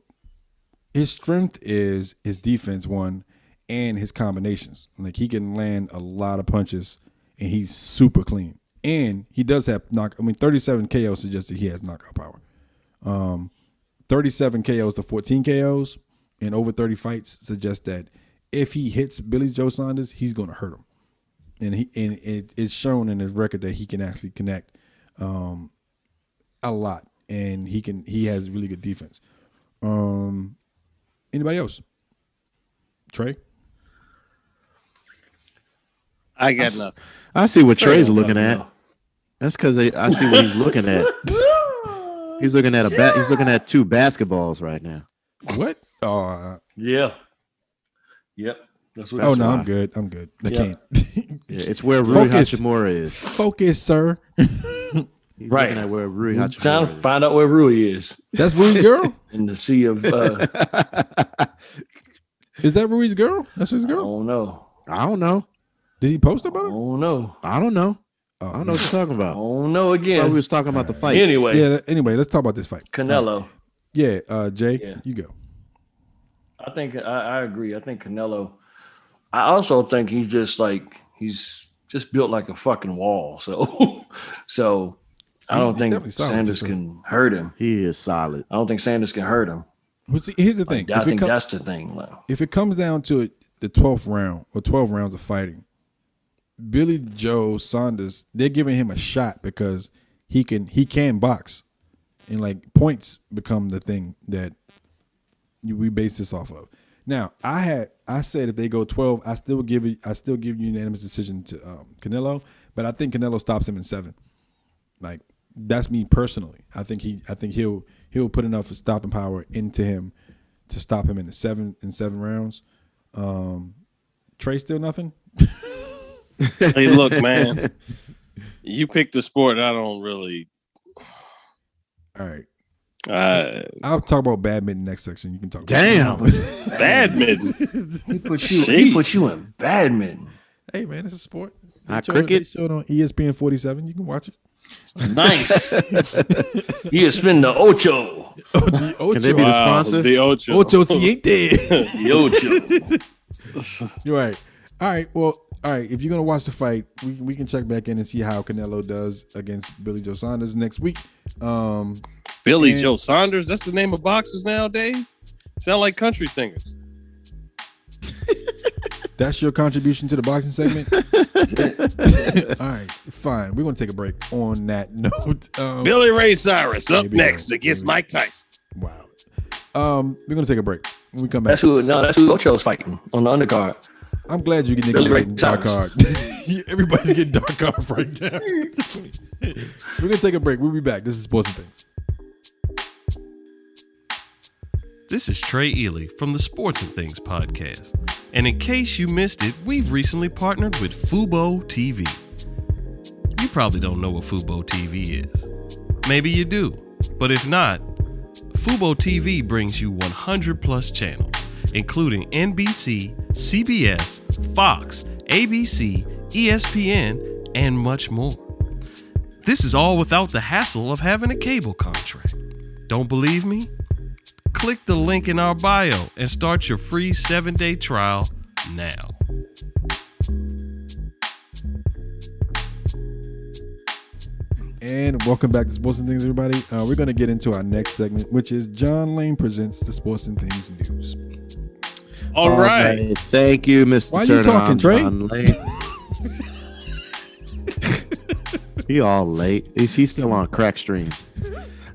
S3: his strength is his defense one, and his combinations. Like he can land a lot of punches, and he's super clean. And he does have knock. I mean, thirty-seven KO suggests that he has knockout power. Um, thirty-seven KOs to fourteen KOs, and over thirty fights suggests that if he hits Billy Joe Saunders, he's going to hurt him. And he and it, it's shown in his record that he can actually connect um, a lot, and he can he has really good defense. Um, anybody else? Trey.
S4: I
S5: I
S4: got
S5: s-
S4: nothing.
S5: I see what
S4: Trey
S5: Trey's
S4: don't
S5: looking
S4: fucking
S5: at. That's because I see what he's looking at. He's looking at a ba- he's looking at two basketballs right now.
S3: What? Oh,
S6: Yeah. Yep. That's what
S3: oh
S6: that's
S3: no,
S6: why.
S3: I'm good. I'm good. I
S6: Yeah.
S3: can't.
S5: Yeah, it's where Rui
S3: Focus.
S5: Hachimura is.
S3: Focus, sir.
S5: He's
S6: Right.
S5: looking at where Rui
S6: I'm
S5: Hachimura
S6: trying to find out where Rui is
S3: That's Rui's girl.
S6: in the sea of. Uh,
S3: Is that Rui's girl? That's his
S6: I
S3: girl.
S6: don't know.
S5: I don't know.
S3: Did he post about
S6: I
S3: it?
S6: don't know.
S5: I don't know.
S3: Oh,
S5: I don't know what you're talking
S6: I
S5: about.
S6: don't know
S5: I thought
S6: again.
S5: we was talking about the fight.
S6: anyway,
S3: Yeah. Anyway, let's talk about this fight.
S6: Canelo.
S3: Yeah, uh, Jay,
S6: Yeah.
S3: you go.
S6: I think I, I agree. I think Canelo. I also think he's just like he's just built like a fucking wall. So, so I
S3: He's
S6: don't think
S3: definitely solid,
S6: Sanders
S3: too.
S6: can hurt him.
S5: He is solid.
S6: I don't think Sanders can hurt him.
S3: Well, see, here's the
S6: Like,
S3: thing.
S6: I
S3: if, it
S6: think
S3: com-
S6: that's the thing. Like,
S3: if it comes down to it, the 12th round or 12 rounds of fighting, Billy Joe Saunders, they're giving him a shot because he can he can box, and like points become the thing that you, we base this off of. Now, I had I said if they go 12, I still give it I still give unanimous decision to um, Canelo, but I think Canelo stops him in seven. Like that's me personally. I think he I think he'll he'll put enough stopping power into him to stop him in the seven in seven rounds. Um Trey still nothing?
S4: hey, look, man, you picked a sport I don't really.
S3: All right.
S4: Uh,
S3: I'll talk about badminton next section. You can talk
S5: Damn.
S3: about
S4: badminton.
S6: he put you. He
S4: Sheesh.
S6: put you in badminton.
S3: Hey man, it's a sport. They
S5: Not
S3: show it- they
S5: cricket?
S3: show it on E ESPN forty seven. You can watch it.
S6: Nice. you spin the ocho.
S3: The Ocho.
S5: Can they be the
S4: Wow,
S5: sponsor?
S4: the Ocho.
S3: Ocho Siete.
S6: The ocho.
S3: You're right. All right. Well, all right. If you're gonna watch the fight, we, we can check back in and see how Canelo does against Billy Joe Saunders next week. Um,
S4: Billy
S3: And-
S4: Joe Saunders. That's the name of boxers nowadays. Sound like country singers.
S3: that's your contribution to the boxing segment. all right. Fine. We're gonna take a break on that note. Um,
S4: Billy Ray Cyrus up
S3: Maybe
S4: next
S3: not.
S4: against
S3: Maybe.
S4: Mike Tyson.
S3: wow. Um, we're gonna take a break. When we come back.
S6: That's who. No, that's who Ocho's fighting on the undercard.
S3: I'm glad you get niggas
S6: Billy Ray
S3: getting dark card.
S6: Cyrus.
S3: Everybody's getting dark card right now. We're gonna take a break. We'll be back. This is Sports and Things.
S12: This is Trey Ely from the Sports and Things podcast. And in case you missed it, we've recently partnered with Fubo TV. You probably don't know what Fubo TV is. Maybe you do, but if not, Fubo TV brings you 100 plus channels, including NBC, CBS, Fox, ABC, ESPN, and much more. This is all without the hassle of having a cable contract. Don't believe me? Click the link in our bio and start your free seven day trial now.
S3: And welcome back to Sports and Things, everybody. Uh, we're gonna get into our next segment, which is John Lane presents the Sports and Things news.
S5: Oh,
S4: All right.
S5: Hey, Thank you, Mr.
S3: Why you
S5: Turner.
S3: talking,
S5: I'm
S3: Trey?
S5: John Lane. he all late. He's, he's still on crack stream.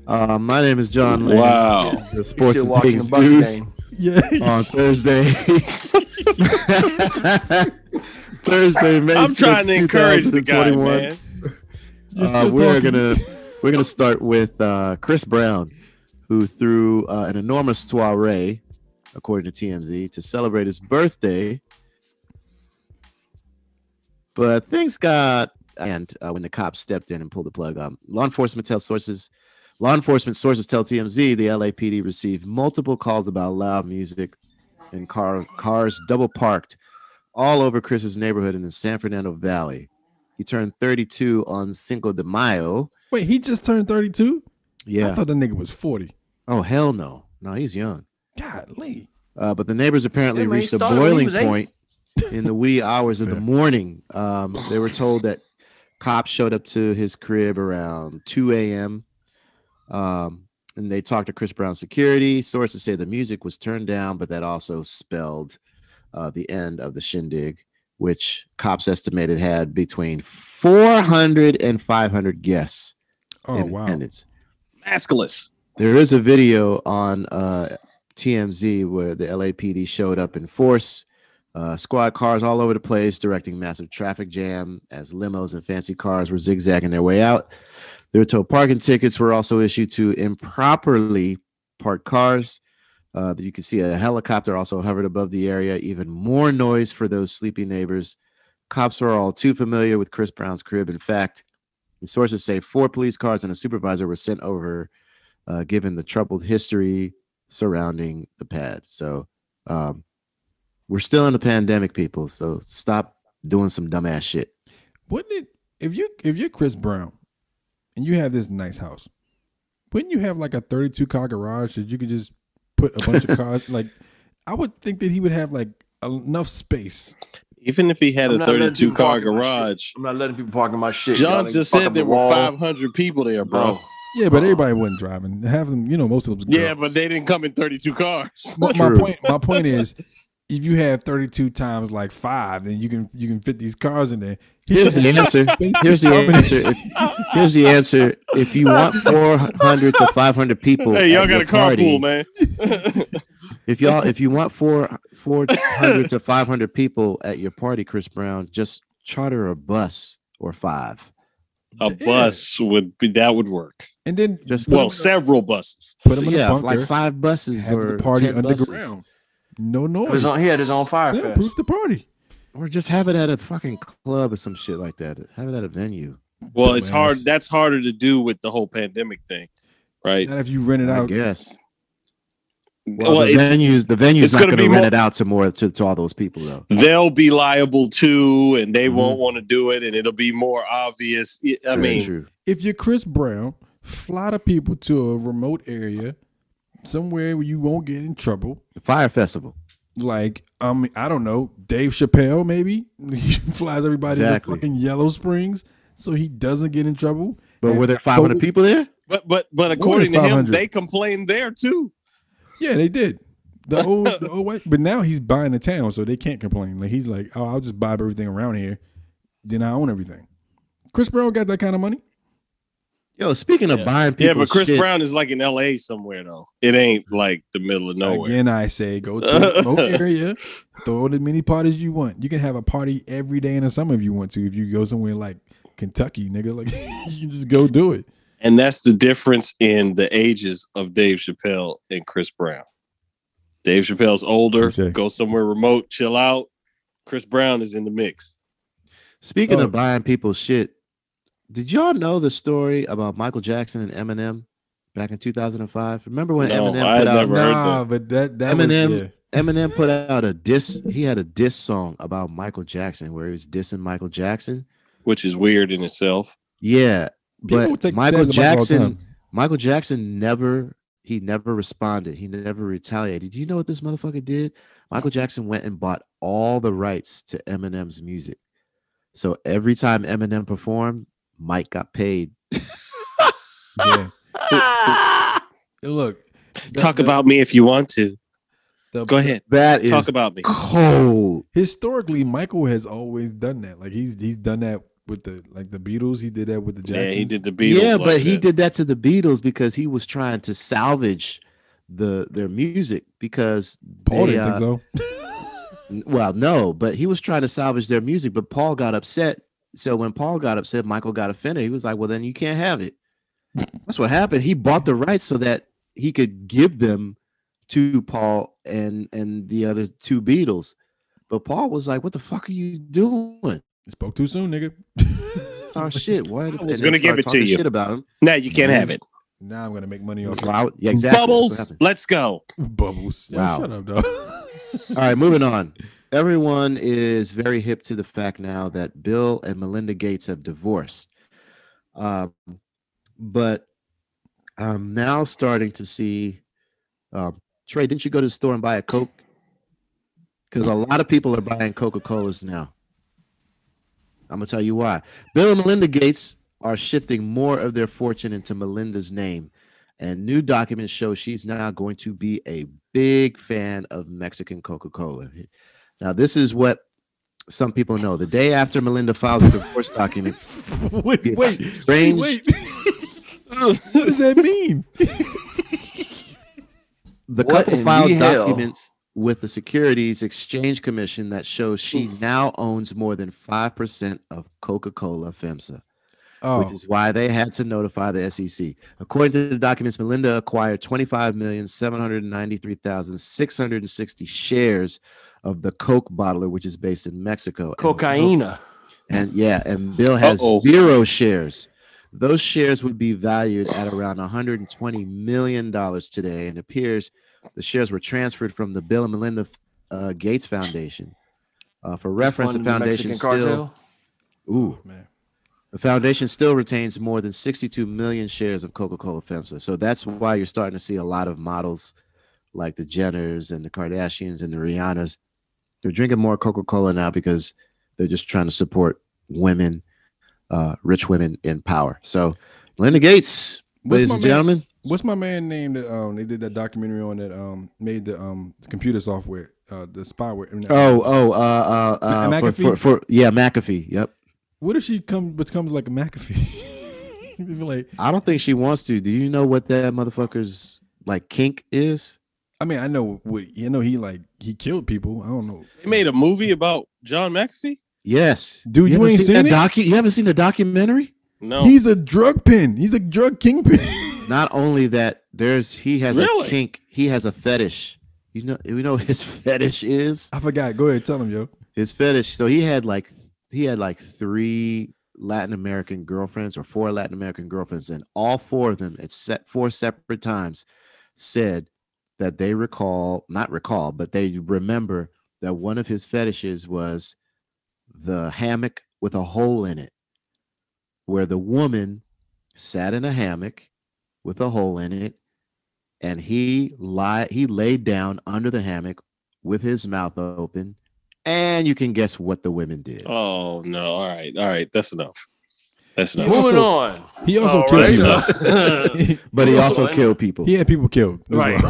S5: Uh, my name is John Lane.
S4: Wow.
S5: This is Sports
S6: Still
S5: and
S6: watching
S5: Things
S6: the Bucks
S5: News
S6: game.
S3: Yeah,
S5: on Thursday. Thursday, May
S4: I'm trying to
S5: 6th,
S4: encourage the guy,
S5: 2021.
S4: man.
S3: You're
S5: Uh,
S3: still
S5: we're
S3: talking.
S5: gonna we're gonna start with uh, Chris Brown, who threw uh, an enormous soiree, according to TMZ, to celebrate his birthday. But things got and uh, when the cops stepped in and pulled the plug. Um, law enforcement tell sources, law enforcement sources tell TMZ the LAPD received multiple calls about loud music and car cars double parked all over Chris's neighborhood in the San Fernando Valley. He turned 32 on Cinco de Mayo.
S3: Wait, he just turned 32?
S5: Yeah.
S3: I thought the nigga was 40.
S5: Oh, hell no. No, he's young.
S3: Golly.
S5: Uh, but the neighbors apparently
S3: Yeah, man, he
S5: reached a
S3: started when he
S5: boiling
S3: was eight.
S5: point in the wee hours of the morning. Um, they were told that cops showed up to his crib around 2 a.m. Um, and they talked to Chris Brown security. Sources say the music was turned down, but that also spelled uh, the end of the shindig, which cops estimated had between 400 and 500 guests.
S3: Oh, wow.
S5: Attendance.
S4: Masculus.
S5: There is a video on uh, TMZ where the LAPD showed up in force, uh, squad cars all over the place, directing massive traffic jam as limos and fancy cars were zigzagging their way out. They were told parking tickets were also issued to improperly parked cars. Uh, you can see a helicopter also hovered above the area, even more noise for those sleepy neighbors. Cops were all too familiar with Chris Brown's crib. In fact, the sources say four police cars and a supervisor were sent over uh, given the troubled history surrounding the pad. So um, we're still in the pandemic, people. So stop doing some dumbass shit.
S3: Wouldn't it if you if you're Chris Brown and you have this nice house, wouldn't you have like a 32 car garage that you could just put a bunch of cars? Like, I would think that he would have like enough space.
S4: Even if he had
S3: I'm
S4: a
S3: not letting
S4: 32
S3: you
S4: car
S3: park in my
S4: garage.
S6: I'm not letting people park in my shit.
S4: John
S6: Y'all niggas
S4: just
S6: fuck up
S4: said
S6: the
S4: there were
S6: wall.
S4: 500 people there, bro.
S3: Yeah, but everybody wasn't driving. Have them, you know, most of them.
S4: Yeah, but they didn't come in 32 cars.
S3: My, my point, my point is, if you have 32 times like five, then you can you can fit these cars in there.
S5: Here's the answer. Here's the answer. If, here's the answer. If you want 400 to 500 people,
S4: Hey, y'all
S5: at
S4: got
S5: your
S4: a carpool,
S5: party,
S4: man.
S5: If y'all, uh, if you want four, 400 to 500 people at your party, Chris Brown, just charter a bus or five.
S4: A bus would be that would work.
S3: And then
S5: just
S4: well, several buses.
S3: Put them in a
S5: yeah,
S3: bunker,
S5: like five buses
S3: have
S5: or
S3: the party
S5: 10 buses.
S3: underground. No noise.
S6: It was on- he had his own fire
S3: Yeah,
S6: fest.
S3: proof the party.
S5: Or just have it at a fucking club or some shit like that. Have it at a venue.
S4: Well, it's hard. That's harder to do with the whole pandemic thing, right?
S3: Not if you rent it
S5: I
S3: out.
S5: guess.
S4: Well,
S5: the
S4: it's-
S5: venues, the venue's
S4: it's
S5: not
S4: gonna
S5: going to
S4: be
S5: rent
S4: more-
S5: it out to more to, to all those people though. Mm-hmm.
S4: They'll be liable too, and they won't want to do it, and it'll be more obvious. I mean,
S3: If you're Chris Brown, fly the people to a remote area, somewhere where you won't get in trouble.
S5: The Fire Festival.
S3: Like, um, I don't know, Dave Chappelle maybe he flies everybody
S5: Exactly.
S3: to fucking Yellow Springs so he doesn't get in trouble.
S5: But were there 500 people there?
S4: But but but
S3: More than
S4: according to him,
S3: 500.
S4: they complained there too.
S3: Yeah, they did. The old, the old white, but now he's buying the town, so they can't complain. Like he's like, oh, I'll just buy everything around here, then I own everything. Chris Brown got that kind of money.
S5: Yo, speaking of buying people,
S4: Yeah, but Chris Brown is like in L.A. somewhere though. It ain't like the middle of nowhere.
S3: Again, I say go to a remote area, throw in as many parties you want. You can have a party every day in the summer if you want to. If you go somewhere like Kentucky, nigga, like you can just go do it.
S4: And that's the difference in the ages of Dave Chappelle and Chris Brown. Dave Chappelle's older, go somewhere remote, chill out. Chris Brown is in the mix.
S5: Speaking
S4: Oh.
S5: of buying people shit, did y'all know the story about Michael Jackson and Eminem back in 2005? Remember when
S3: No,
S5: Eminem
S3: I
S5: put
S3: had
S5: out
S3: never heard Nah, that. but that- that was-
S5: Eminem
S3: yeah.
S5: Eminem put out a diss. He had a diss song about Michael Jackson where he was dissing Michael Jackson.
S4: Which is weird in itself.
S5: Yeah,
S4: People
S5: but
S4: take sides of Michael all
S5: Michael
S4: the
S5: Jackson,
S4: time.
S5: Michael Jackson never he never responded. He never retaliated. Do you know what this motherfucker did? Michael Jackson went and bought all the rights to Eminem's music. So every time Eminem performed, Mike got paid.
S3: Look,
S4: talk about me if you want to. Go ahead.
S5: That
S4: talk
S3: is
S4: about me.
S5: cold.
S3: Historically, Michael has always done that. Like he's he's done that with the like the Beatles. He did that with the Jacksons.
S5: Yeah, but he did that to the Beatles because he was trying to salvage the their music because
S3: Paul
S5: they,
S3: didn't think
S5: uh,
S3: so.
S5: N- Well, no, but he was trying to salvage their music, but Paul got upset. So when Paul got upset, Michael got offended. He was like, "Well, then you can't have it." That's what happened. He bought the rights so that he could give them to Paul and and the other two Beatles. But Paul was like, "What the fuck are you doing?"
S3: Spoke too soon, nigga.
S5: Talk shit. What?
S3: I
S5: and
S3: was
S5: they
S3: gonna give
S5: started
S3: it to
S5: talking
S3: you.
S5: Shit about him.
S4: Now you can't have it.
S3: Now I'm gonna make money off
S5: Wow.
S3: it.
S5: Yeah, exactly. That's what
S4: Bubbles,
S5: happened.
S4: let's go.
S3: Bubbles. Yeah,
S5: Wow.
S3: Shut up, dog.
S5: All right, moving on.
S7: everyone is very hip to the fact now that Bill and Melinda Gates have divorced. Um, but I'm now starting to see. Um, Trey, didn't you go to the store and buy a Coke? Because a lot of people are buying Coca Colas now. I'm gonna tell you why. Bill and Melinda Gates are shifting more of their fortune into Melinda's name, and new documents show she's now going to be a big fan of Mexican Coca-Cola. Now, this is what some people know. The day after Melinda filed the divorce documents,
S3: wait,
S7: the
S3: wait,
S7: exchange-
S3: wait. what does that mean?
S7: The
S3: What
S7: couple
S3: in
S7: filed
S3: the hell?
S7: documents with the Securities Exchange Commission that shows she now owns more than 5% of Coca Cola FEMSA,
S3: Oh.
S7: which is why they had to notify the SEC. According to the documents, Melinda acquired 25,793,660 shares of the Coke bottler, which is based in Mexico. And-
S5: Cocaina.
S7: and yeah, and Bill has
S5: Uh-oh.
S7: zero shares. Those shares would be valued at around 120 million dollars today, and it appears the shares were transferred from the Bill and Melinda uh, Gates Foundation. Uh, for reference, the
S5: funded the
S7: foundation
S5: Mexican
S7: still
S5: cartel?
S7: ooh man, the foundation still retains more than 62 million shares of Coca-Cola FEMSA. So that's why you're starting to see a lot of models like the Jenners and the Kardashians and the Rihannas. They're drinking more Coca-Cola now because they're just trying to support women, uh, rich women in power. So, Linda Gates, ladies
S3: my
S7: and
S3: man-
S7: gentlemen,
S3: What's my man name that um they did that documentary on that um made the um the computer software uh the spyware.
S7: Oh, oh, uh, uh, uh
S3: Ma-
S7: for,
S3: McAfee?
S7: for, for yeah, McAfee. Yep.
S3: What if she come becomes like a McAfee? You'd be like,
S7: I don't think she wants to. Do you know what that motherfucker's like kink is?
S3: I mean, I know what you know. He like he killed people. I don't know.
S4: They made a movie about John McAfee.
S7: Yes,
S3: dude, you,
S7: haven't
S3: ain't seen
S7: that
S3: it.
S7: docu- You haven't seen the documentary?
S4: No.
S3: He's a drug pin. He's a drug kingpin.
S7: Not only that, there's he has
S3: Really?
S7: a kink. He has a fetish. You know, you know what his fetish is.
S3: I forgot. Go ahead, tell him, yo.
S7: His fetish. So he had like he had like three Latin American girlfriends or four Latin American girlfriends, and all four of them at set four separate times said that they recall, not recall, but they remember that one of his fetishes was the hammock with a hole in it, where the woman sat in a hammock with a hole in it, and he lie he laid down under the hammock with his mouth open, and you can guess what the women did.
S4: Oh no! All right, all right. That's enough. That's enough.
S5: Moving on.
S3: He also
S5: All
S3: killed
S5: right.
S3: people.
S7: But he also
S5: Well,
S7: killed people.
S3: He had people killed. as
S7: Right.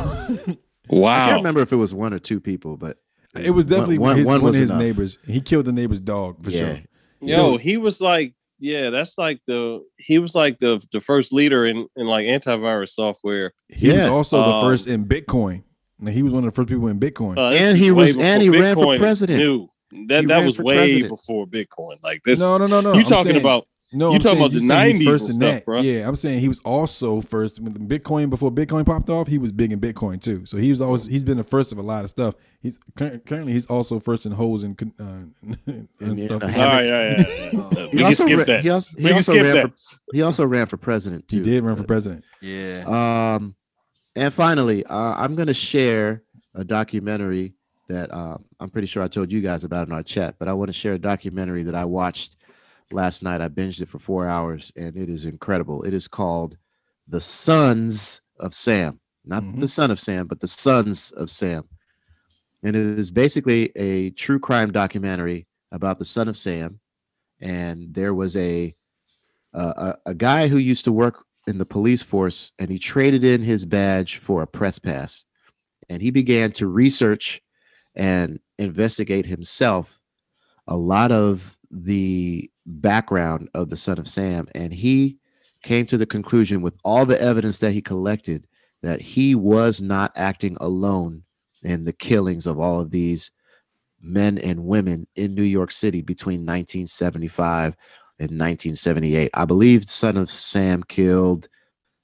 S3: well.
S7: I can't remember if it was one or two people, but
S3: It was
S7: one-
S3: Oh. definitely
S7: one,
S3: his,
S7: one
S3: one
S7: was
S3: of his
S7: enough.
S3: neighbors. He killed the neighbor's dog for
S7: Yeah.
S3: sure.
S4: Yo, he was like, yeah, that's like the he was like the the first leader in in like antivirus software.
S3: He was also the
S4: Um,
S3: first in Bitcoin. Like, he was one of the first people in Bitcoin.
S4: uh, this
S7: And
S4: is
S7: he
S4: way
S7: was-
S4: before
S7: and he ran for
S4: Bitcoin was
S7: president.
S4: new. That
S7: He
S4: that
S7: ran
S4: was
S7: for
S4: way
S7: president.
S4: before Bitcoin. Like this.
S3: no, no, no, no.
S4: You
S3: I'm
S4: talking
S3: saying-
S4: about? No, you
S3: I'm
S4: talking
S3: saying-
S4: about the
S3: you're saying he's
S4: nineties and
S3: first in
S4: stuff,
S3: that.
S4: bro?
S3: Yeah, I'm saying he was also first when Bitcoin before Bitcoin popped off. He was big in Bitcoin too, so he was always he's been the first of a lot of stuff. He's cur- currently he's also first in holes and con- uh, and, stuff.
S7: All
S4: All right, yeah, yeah. yeah.
S7: He
S4: We can
S7: also
S4: skip
S7: ran-
S4: that.
S7: He also, he
S4: We can
S7: also
S4: skip
S7: ran
S4: that.
S7: For, he also ran for president
S3: He
S7: too.
S3: did run for president.
S5: Yeah.
S7: Um, and finally, uh, I'm going to share a documentary that uh, I'm pretty sure I told you guys about in our chat, but I want to share a documentary that I watched last night. I binged it for four hours, and it is incredible. It is called "The Sons of Sam," not
S3: Mm-hmm.
S7: the son of Sam, but the sons of Sam, and it is basically a true crime documentary about the son of Sam. And there was a uh, a, a guy who used to work in the police force and he traded in his badge for a press pass and he began to research and investigate himself a lot of the background of the son of sam and he came to the conclusion with all the evidence that he collected that he was not acting alone in the killings of all of these men and women in New York City between 1975 and 1978. I believe Son of Sam killed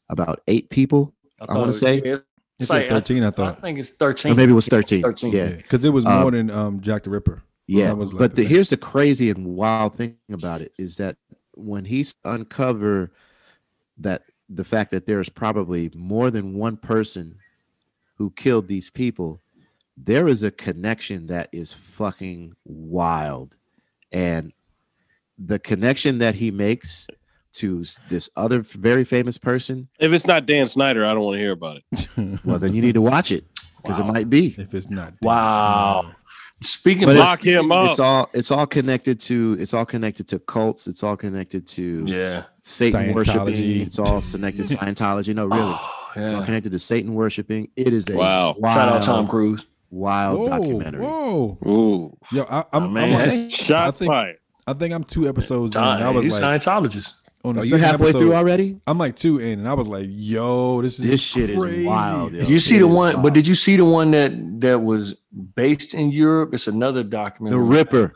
S7: about eight people. I,
S5: thought
S7: want
S5: it
S7: to
S5: was-
S7: say,
S5: it's
S3: It's
S5: like-
S3: like 13, I
S5: I
S3: thought.
S5: think it's
S7: or
S5: 13.
S7: maybe it was 13.
S5: 13.
S7: Yeah,
S3: because it was
S7: Um,
S3: more than um, Jack the Ripper.
S7: Yeah,
S3: That was like
S7: but the,
S3: thing.
S7: here's the crazy and wild thing about it is that when he s- uncover that the fact that there is probably more than one person who killed these people, there is a connection that is fucking wild. And the connection that he makes to s- this other f- very famous person,
S5: If it's not Dan Snyder, I don't want to hear about it.
S7: well, then you need to watch it because it might be.
S3: If it's not,
S4: wow. Speaking
S7: But
S4: of
S7: it's- It's all it's all connected to it's all connected to cults. It's all connected to
S4: yeah
S7: Satan worshiping.
S3: Scientology.
S7: It's all connected to Scientology. No, really, it's all
S4: yeah.
S7: connected to Satan worshiping. It is a
S5: Wow.
S7: wild,
S4: Shout out Tom Cruise.
S7: wild
S3: Whoa,
S7: documentary.
S3: Whoa.
S5: Ooh.
S3: Yo, I, I'm, I'm
S4: man,
S3: on-
S4: hey,
S3: I think, I think I'm two episodes in. and I
S4: Tom,
S3: was
S4: he's
S3: like,
S4: Scientologist.
S3: on the
S7: Are you
S3: second
S7: halfway
S3: episode,
S7: through already?
S3: I'm like two in, and I was like, "Yo, this is
S7: This shit is
S3: crazy.
S7: wild, yo.
S4: Did you see
S7: It
S4: the
S7: is
S4: one?
S7: wild.
S4: But did you see the one that that was based in Europe? It's another documentary.
S7: The Ripper.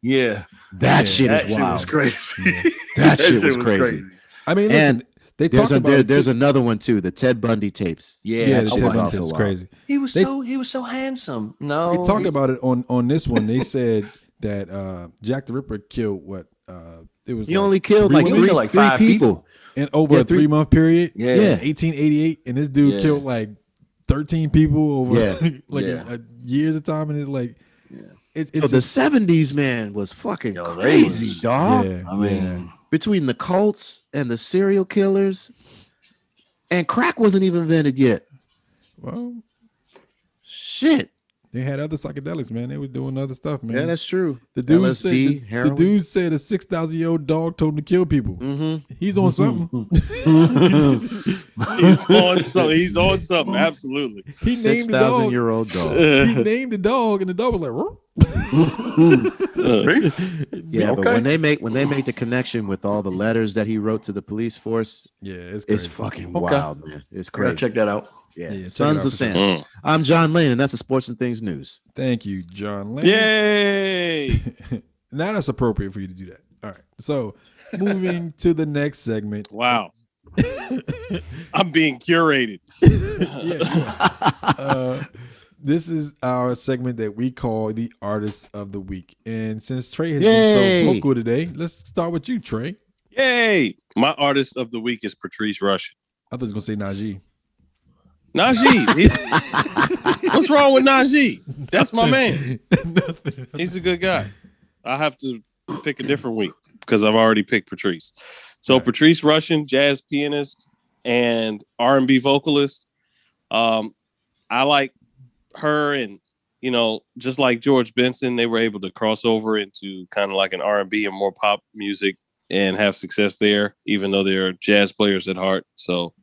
S4: Yeah,
S7: That shit
S4: that
S7: is
S4: shit
S7: wild.
S4: was crazy.
S7: That shit was crazy.
S3: I mean, listen,
S7: and
S3: they
S7: there's,
S3: talked
S7: a,
S3: about
S7: there-
S3: it,
S7: there's
S3: too.
S7: another one too, the Ted Bundy tapes.
S4: Yeah,
S3: yeah,
S4: I
S3: the
S7: that
S3: Ted
S7: was
S4: watched
S3: Bundy
S7: also
S3: shit is
S7: wild.
S3: crazy.
S4: He was
S3: They-
S4: so he was so handsome. No,
S3: They talked
S4: he-
S3: about it on on this one. They said that uh, Jack the Ripper killed what uh, it was.
S7: He only killed
S3: three
S7: like
S3: women
S7: three,
S4: women? Killed like
S7: three
S4: five
S7: people.
S3: in over
S7: yeah,
S3: a three,
S7: three-
S3: month period.
S4: Yeah.
S7: Yeah.
S3: 1888, and this dude
S4: Yeah.
S3: killed like 13 people over
S7: Yeah.
S3: like
S4: Yeah.
S3: a- a years of time, and it's like it,
S7: So
S3: it's
S7: the
S3: just-
S7: seventies man was fucking
S4: Yo, they
S7: crazy,
S4: was-
S7: dog.
S3: Yeah,
S4: I mean,
S3: yeah.
S7: Between the cults and the serial killers, and crack wasn't even invented yet.
S3: well,
S7: Shit.
S3: they had other psychedelics, man. They was doing other stuff, man.
S7: Yeah, that's true.
S3: the dude
S7: LSD,
S3: said the, the
S7: heroin.
S3: dude said a six thousand year old dog told him to kill people.
S7: Mhm.
S3: He's on something.
S7: Mm-hmm.
S5: He's on so he's on something. Absolutely.
S3: He
S7: six
S3: named the dog.
S7: thousand year old dog.
S3: he named the dog, and the dog was like, "Roar."
S7: Yeah, but
S4: Okay.
S7: when they make when they make the connection with all the letters that he wrote to the police force,
S3: "Yeah, it's
S7: it's
S3: crazy.
S7: fucking
S4: Okay.
S7: wild, man. It's
S4: I gotta
S7: crazy.
S4: check that out.
S7: Yeah,
S3: Yeah, check it out
S7: Sons
S3: for
S7: of
S3: sure.
S7: Sam.
S5: Mm.
S7: I'm John Lane, and that's the sports and things news.
S3: Thank you, John. Lane.
S5: Yay.
S3: now that's appropriate for you to do that. All right, so moving to the next segment.
S5: Wow. I'm being curated.
S3: Yeah. uh, this is our segment that we call the artist of the week, and since Trey has been so
S7: Yay.
S3: vocal today, let's start with you, Trey.
S5: Yay. My artist of the week is Patrice Russian.
S3: I thought you were gonna say Najee.
S5: Najee. he- what's wrong with Najee? That's my man.
S3: Nothing.
S5: He's a good guy. I have to pick a different week because I've already picked Patrice. So
S3: Right.
S5: Patrice Russian, jazz pianist and R and B vocalist. Um, I like her, and you know, just like George Benson, they were able to cross over into kind of like an R and B and more pop music and have success there, even though they're jazz players at heart. So,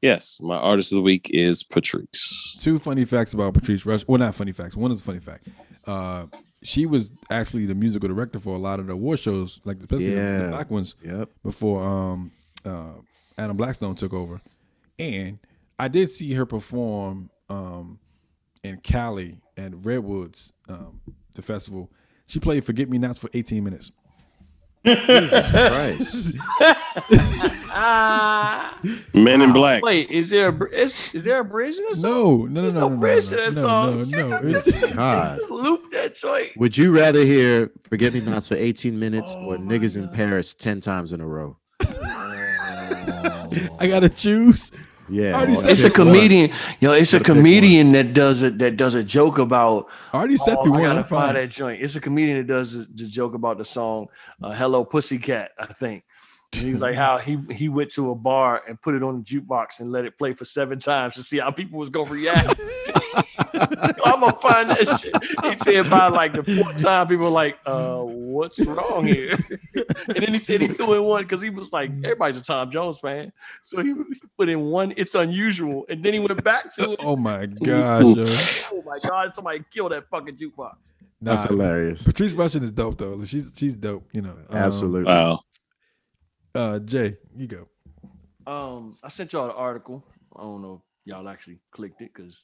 S5: yes, my artist of the week is Patrice.
S3: Two funny facts about Patrice Rush. Well, not funny facts. One is a funny fact. Uh, she was actually the musical director for a lot of the award shows, like especially the, the
S7: Yeah.
S3: black ones,
S7: Yep.
S3: before um, uh, Adam Blackstone took over. And I did see her perform um, in Cali at Redwoods, um, the festival. She played "Forget Me Nots" for 18 minutes.
S7: Jesus Christ.
S5: Men in Black.
S4: Wait, is there a br- is, is there a bridge in this?
S3: No, no, no, no, no,
S4: no
S3: no,
S4: bridge to
S3: no,
S4: that
S3: no, no,
S4: song.
S3: no. It's-
S7: God.
S4: Loop that joint. Oh
S7: Would you rather hear "Forget Me Nots" for 18 minutes or "Niggas in Paris" 10 times in a row?
S3: I gotta choose.
S7: Yeah,
S3: already
S7: well,
S3: said
S4: It's a
S7: pick one.
S4: comedian. Yo, it's a
S7: Gotta pick
S4: comedian that does it that does a joke about
S3: I already said
S4: Oh,
S3: through
S4: I
S3: one.
S4: gotta
S3: I'm fine.
S4: find that joint. It's a comedian that does the the joke about the song uh, "Hello Pussycat," I think. And he was like how he he went to a bar and put it on the jukebox and let it play for seven times to see how people was gonna react. I'm gonna find that shit. He said by like the fourth time, people were like, "Uh, what's wrong here?" and then he said he threw in one because he was like, "Everybody's a Tom Jones fan," so he put in one. It's unusual, and then he went back to it.
S3: Oh my gosh. yo.
S4: Oh my god! Somebody kill that fucking jukebox.
S7: That's
S3: Nah,
S7: hilarious.
S3: Patrice Russian is dope though. She's she's dope, you know. Um,
S7: Absolutely.
S5: Wow.
S3: Uh, Jay, you go.
S4: Um, I sent y'all the article. I don't know if y'all actually clicked it because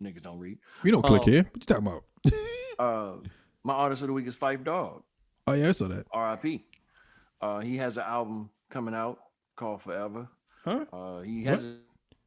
S4: niggas don't read.
S3: We don't click
S4: Um,
S3: here. What you talking about?
S4: Uh, my artist of the week is Fife Dog,
S3: Oh yeah, I saw that.
S4: R.I.P. Uh, he has an album coming out called Forever.
S3: Huh?
S4: Uh, he has a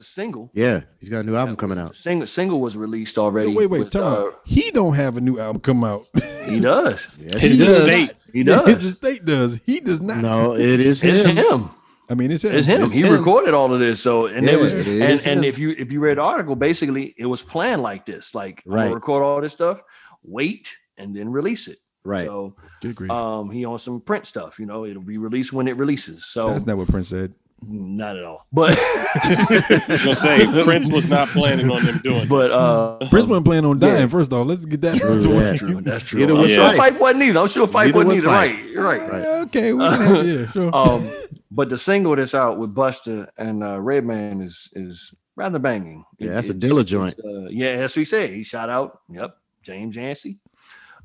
S4: single.
S7: Yeah, he's got a new album coming
S4: The
S7: out.
S4: single single was released already.
S3: Yo, wait, wait,
S4: with,
S3: time.
S4: uh,
S3: he don't have a new album come out.
S4: he does.
S7: Yes, he
S5: His
S7: does.
S5: estate.
S4: He
S3: Yeah,
S4: does.
S3: His estate does. He does not.
S7: No, it is
S4: It's
S7: him.
S4: him.
S3: I mean, it's him.
S6: It's him.
S3: It's
S6: he
S3: him.
S6: recorded all of this. So and it
S3: Yeah,
S6: was
S3: it
S6: and,
S3: is
S6: and
S3: him.
S6: if you if you read the article, basically it was planned like this. Like I'm gonna
S5: Right.
S6: record all this stuff, wait, and then release it.
S5: Right.
S6: So
S3: Good grief.
S6: um he on some print stuff, you know, it'll be released when it releases. So
S3: That's not what Prince said.
S6: not at all. But
S4: gonna say, Prince was not planning on them doing it.
S6: But uh
S3: Prince wasn't planning on dying. First off, let's get that.
S6: True, that's
S3: to work.
S6: true. That's true.
S3: Neither
S6: I'm
S3: was
S6: sure
S3: life.
S6: Fife wasn't either. I'm sure Fife
S3: Neither
S6: wasn't
S3: was
S6: either.
S3: Fife.
S6: Right. You're right.
S3: Right. Okay, we can have- yeah, sure.
S5: Oh.
S6: Um, but the single that's out with Busta and uh, Redman is is rather banging.
S5: Yeah, that's a
S6: it's-
S5: Dilla joint.
S6: it's, Uh, yeah, that's what he said. He shout out. Yep, James Yancey.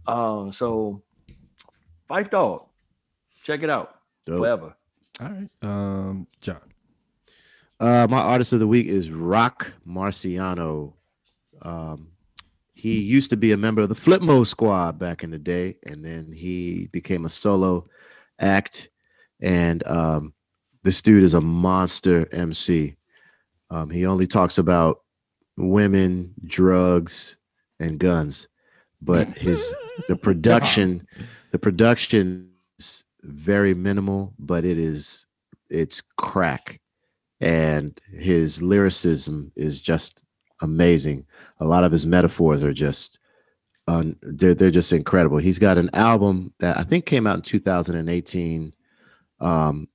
S6: Um, so Fife Dog, check it out.
S5: Dope.
S6: Forever.
S3: All right. Um, John.
S5: Uh, my artist of the week is Rock Marciano. Um, he used to be a member of the Flipmo Squad back in the day, and then he became a solo act. And um, this dude is a monster MC. Um, he only talks about women, drugs, and guns, but his the production, the production is very minimal, but it is it's crack and his lyricism is just amazing. A lot of his metaphors are just un, they're, they're just incredible. He's got an album that I think came out in 2018. Um,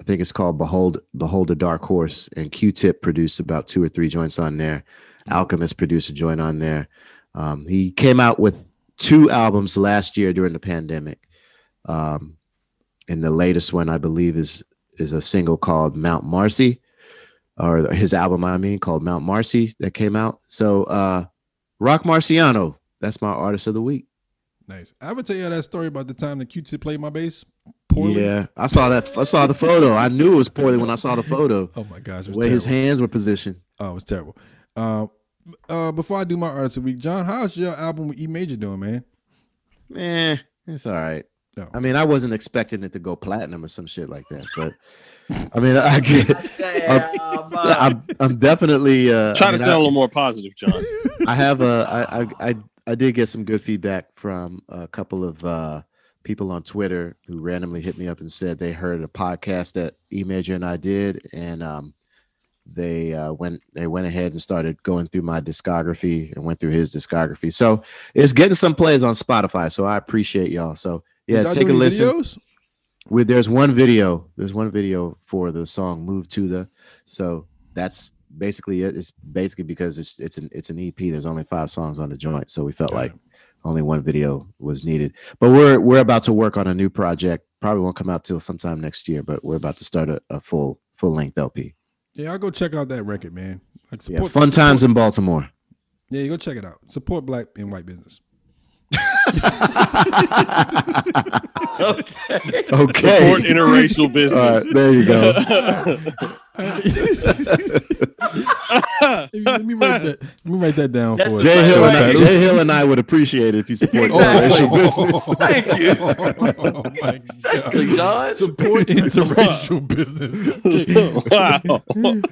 S5: I think it's called Behold Behold a Dark Horse, and Q-Tip produced about two or three joints on there. Alchemist produced a joint on there. Um, he came out with two albums last year during the pandemic. Um, and the latest one I believe is is a single called Mount Marcy, or his album I mean called Mount Marcy that came out. So uh, Rock Marciano, that's my artist of the week.
S3: Nice. I would tell you that story about the time that Q-Tip played my bass.
S5: Yeah, I saw that. I saw the photo. I knew it was poorly when I saw the photo.
S3: Oh my gosh,
S5: the
S3: it was
S5: way his
S3: terrible.
S5: hands were positioned.
S3: Oh, it was terrible. Uh, uh, before I do my artist of the week, John, how's your album with E Major doing, man?
S5: Man, it's all right. I mean, I wasn't expecting it to go platinum or some shit like that, but I mean, I get. I'm, I'm, I'm definitely uh,
S4: Try
S5: I
S4: to
S5: mean,
S4: sound
S5: I-
S4: a little more positive, John.
S5: I have a I I I I did get some good feedback from a couple of uh, people on Twitter who randomly hit me up and said they heard a podcast that E Major and I did, and um, they uh, went they went ahead and started going through my discography and went through his discography. So it's getting some plays on Spotify. So I appreciate y'all. So yeah,
S3: Y'all
S5: take a
S3: do any
S5: listen.
S3: videos?
S5: We, there's one video. There's one video for the song "Move to the." So that's basically it. It's basically because it's it's an it's an EP. There's only five songs on the joint, so we felt like only one video was needed. But we're we're about to work on a new project. Probably won't come out till sometime next year. But we're about to start a, a full full length LP.
S3: Yeah, I'll go check out that record, man. Like
S5: Yeah, fun times in Baltimore.
S3: Yeah, you go check it out. Support black and white business.
S6: okay.
S5: Okay.
S4: Support interracial business.
S5: All right, there you go.
S3: let, me, let me write that, let me write that down for us.
S5: Jay Hill, and I, Jay Hill and I would appreciate it if you support
S3: Exactly.
S5: interracial
S4: Oh,
S5: business.
S3: Thank you. Oh my God.
S6: God.
S3: Support interracial business.
S4: Wow.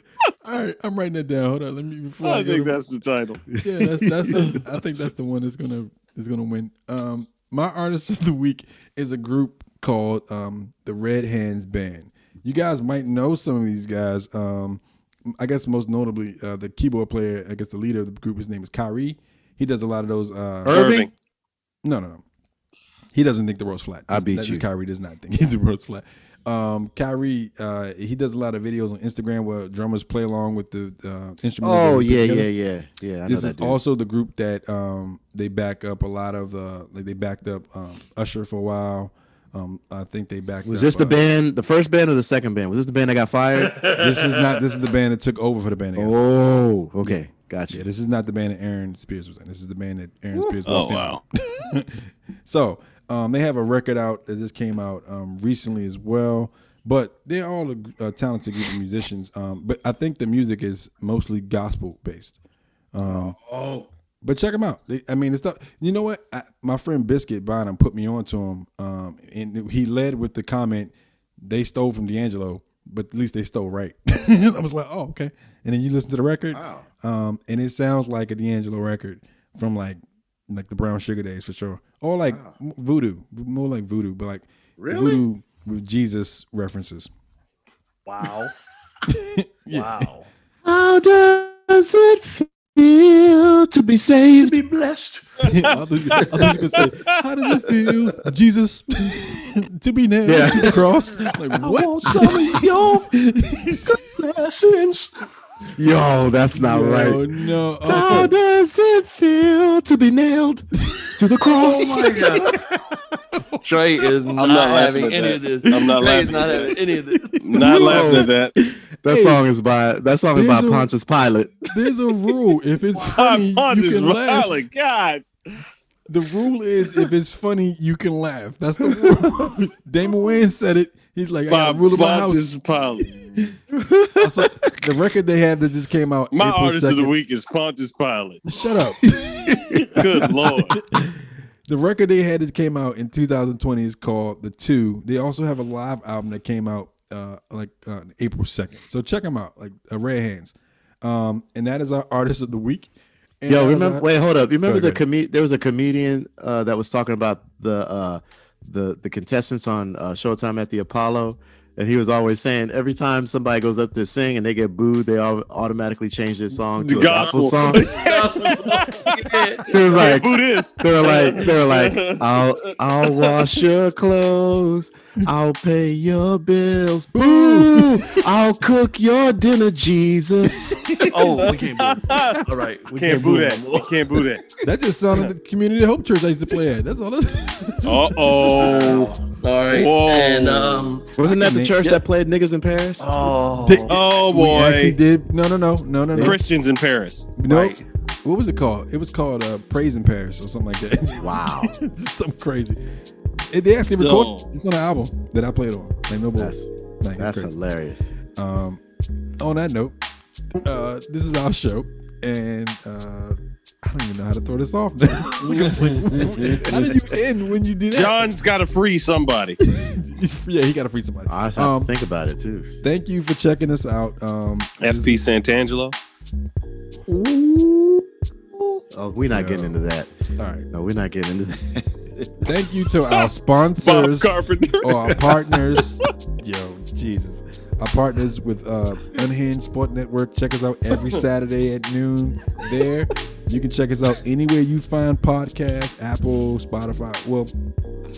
S3: All right, I'm writing that down. Hold on, let me. Before
S4: I
S3: go
S4: think
S3: to-
S4: that's the title.
S3: Yeah, that's that's. A, I think that's the one that's gonna is gonna win. Um, my artist of the week is a group called um the Red Hands Band. You guys might know some of these guys. Um, I guess most notably uh, the keyboard player. I guess the leader of the group. His name is Kyrie. He does a lot of those. Uh,
S4: Irving.
S3: No, no, no. He doesn't think the world's flat.
S5: I beat
S3: That's
S5: you.
S3: just Kyrie does not think the world's flat. Um, Kyrie, uh, he does a lot of videos on Instagram where drummers play along with the uh, instruments. that
S5: Oh,
S3: we put
S5: yeah,
S3: together.
S5: yeah, yeah. Yeah, I know
S3: this
S5: that
S3: is
S5: dude.
S3: also the group that um, they back up a lot of the like they backed up um, Usher for a while. Um, I think they backed.
S5: Was
S3: up,
S5: this the
S3: uh,
S5: band, the first band or the second band? Was this the band that got fired?
S3: This is not. This is the band that took over for the band. that got
S5: Oh, okay. Gotcha.
S3: Yeah, this is not the band that Aaron Spears was in. This is the band that Aaron Spears
S4: Oh,
S3: walked in.
S4: wow.
S3: so um, they have a record out that just came out um, recently as well. But they're all a, a talented group of musicians. Um, but I think the music is mostly gospel based. Um,
S13: Oh.
S3: But check them out. They, I mean, it's not, you know what? I, my friend Biscuit Bynum put me on to him, um, and he led with the comment, "They stole from D'Angelo, but at least they stole right." I was like, "Oh, okay." And then you listen to the record, um, and it sounds like a D'Angelo record from like like the Brown Sugar days for sure, or like m- Voodoo, more like Voodoo, but like
S5: Really?
S3: Voodoo with Jesus references.
S14: Wow. Wow.
S7: How does it feel to be saved?
S14: To be blessed.
S3: I was gonna say, how does it feel, Jesus, to be nailed
S7: Yeah.
S3: to the cross? Like
S14: I
S3: what?
S14: want some of your blessings.
S7: Yo, that's not
S3: Yo,
S7: right.
S3: No. Okay.
S7: How does it feel to be nailed to the cross?
S14: Oh my god. Trey is not,
S15: not laughing
S14: having
S15: at
S14: any
S15: that.
S14: of this.
S15: I'm not
S14: Trey
S15: laughing
S14: is not
S15: at
S14: having
S15: that.
S14: any of this.
S15: Not
S7: No.
S15: laughing at that.
S7: That
S3: Hey,
S7: song is by that song is by
S3: these are-
S7: Pontius Pilate.
S3: There's a rule. If it's funny,
S15: I'm
S3: you
S15: just
S3: can laugh.
S15: smiling. God.
S3: The rule is if it's funny, you can laugh. That's the rule. Damon Wayne said it. He's like, I got a
S15: Bob,
S3: rule of my
S15: Bob
S3: house.
S15: is Pilate.
S3: Also, the record they have that just came out.
S15: My
S3: April
S15: artist of the
S3: 2nd.
S15: week is Pontius Pilate.
S3: Shut up.
S15: Good lord.
S3: The record they had that came out in 2020 is called The Two. They also have a live album that came out uh, like uh, April 2nd. So check them out, like uh, Red Hands. Um, and that is our artist of the week. And
S7: Yo,
S3: that is
S7: remember?
S3: our-
S7: Wait, hold up. You remember
S3: Go
S7: the
S3: ahead, go
S7: com- There was a comedian uh, that was talking about the uh, the the contestants on uh, Showtime at the Apollo, and he was always saying every time somebody goes up to sing and they get booed, they all automatically change their song to a gospel, song. It was like
S15: Who this?
S7: they were like they were like I'll I'll wash your clothes, I'll pay your bills, boo, I'll cook your dinner, Jesus.
S14: Oh, we can't boo. him. All right, we
S15: Can't boo that.
S14: him.
S15: You can't boo that.
S3: That just sounded like the Community Hope Church I used to play at. That's all. That's,
S15: Uh oh.
S14: All right,
S15: Whoa.
S14: and um,
S7: Wasn't that the
S3: Nick-
S7: church that played niggas in Paris?
S14: oh,
S3: Dick-
S15: Oh
S3: we actually
S15: boy.
S3: did. No, no, no, no, no, no.
S15: Christians in Paris.
S3: no.
S14: Right.
S3: What was it called? It was called uh, Praise in Paris or something like that.
S7: Wow.
S3: something crazy. It, they actually recorded
S15: Dog.
S3: it's on an album that I played on. Like no
S7: That's
S3: bullshit. Like, it's
S7: that's
S3: crazy.
S7: hilarious.
S3: Um, on that note, uh, this is our show, and uh, I don't even know how to throw this off now. how did you end when you did that?
S15: John's got to free somebody.
S3: yeah, he got to free somebody.
S7: I have
S3: Um,
S7: to think about it too.
S3: Thank you for checking us out. Um,
S15: FP Santangelo.
S7: Oh, we're not getting into that.
S3: all right.
S7: No, we're not getting into that.
S3: Thank you to our
S15: Bob
S3: sponsors
S15: Carpenter.
S3: or Oh, our partners. Yo, Jesus. Our partners with uh, Unhinged Sport Network. Check us out every Saturday at noon there. You can check us out anywhere you find podcasts Apple, Spotify. Well,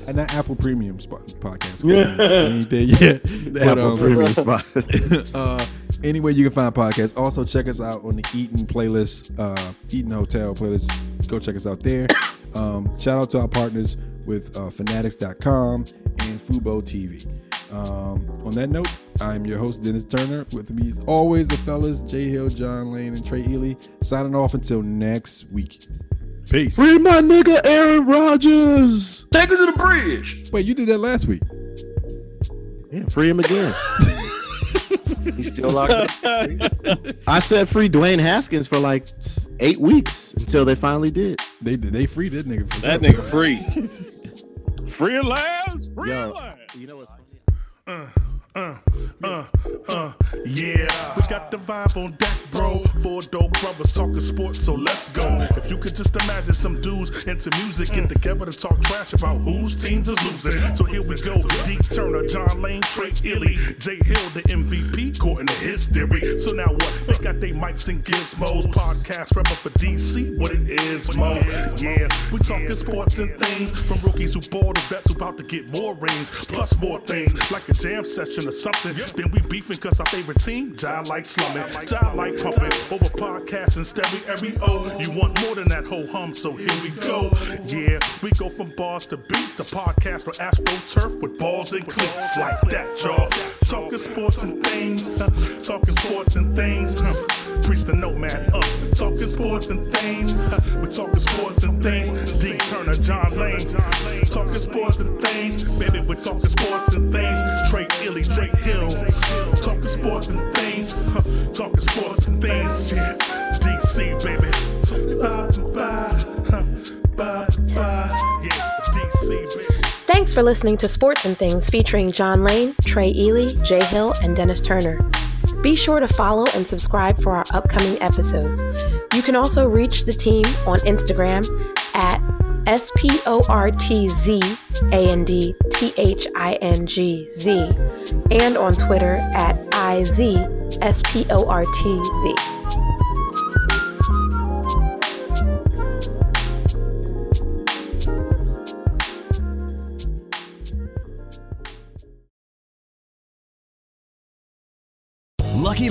S3: and not Apple Premium Spot podcast. We ain't there yet.
S7: The
S3: But,
S7: Apple
S3: um,
S7: Premium spot.
S3: uh, anywhere you can find podcasts. Also, check us out on the Eaton playlist, uh, Eaton Hotel playlist. Go check us out there. Um, shout out to our partners with uh, Fanatics.com and Fubo TV. Um, on that note, I'm your host, Dennis Turner. With me, as always, the fellas, Jay Hill, John Lane, and Trey Ely. Signing off until next week. Peace.
S7: Free my nigga Aaron Rodgers.
S14: take us to the bridge.
S3: Wait, you did that last week.
S7: Yeah, free him again.
S14: He's still locked up.
S7: I said free Dwayne Haskins for like eight weeks until they finally did.
S3: They they freed that nigga. For
S15: That
S3: sure.
S15: nigga free. Free at last. Free at
S7: Yo,
S15: last.
S7: you know what's funny?
S4: uh, uh, uh, yeah. We got the vibe on deck, bro. Four dope brothers talking sports, so let's go. If you could just imagine some dudes into music get together to talk trash about whose team is losing. So here we go. Deke Turner, John Lane, Trey Illy, Jay Hill, the MVP, caught in the history. So now what? They got they mics and gizmos. Podcast rapper for DC, what it is, mo. Yeah, we talking sports and things from rookies who ball to vets who about to get more rings, plus more things like a jam session or something. Then we beefing cause our favorite team, Jai like slumming, Jai like pumping over podcasts and stereo. You want more than that whole hum, so here we go. Yeah, we go from bars to beats to podcast or astroturf with balls and cleats like that, y'all. Talking sports and things, huh? talking sports and things. huh? Preach the nomad up, talking sports and things. huh? We talking sports and things. D Turner, John Lane, talking sports and things. Baby, we talking sports and things. Trey Illy, Jake Hill, talking sports and things. huh? Talking sports and things. Yeah. DC, baby. Bye, bye, huh? bye, bye. Yeah, DC, baby.
S5: Thanks for listening to Sports and Things featuring John Lane, Trey Ely, Jay Hill, and Dennis Turner. Be sure to follow and subscribe for our upcoming episodes. You can also reach the team on Instagram at S P O R T Z A N D T H I N G Z and on Twitter at
S2: I Z S P O R T Z.
S16: Lucky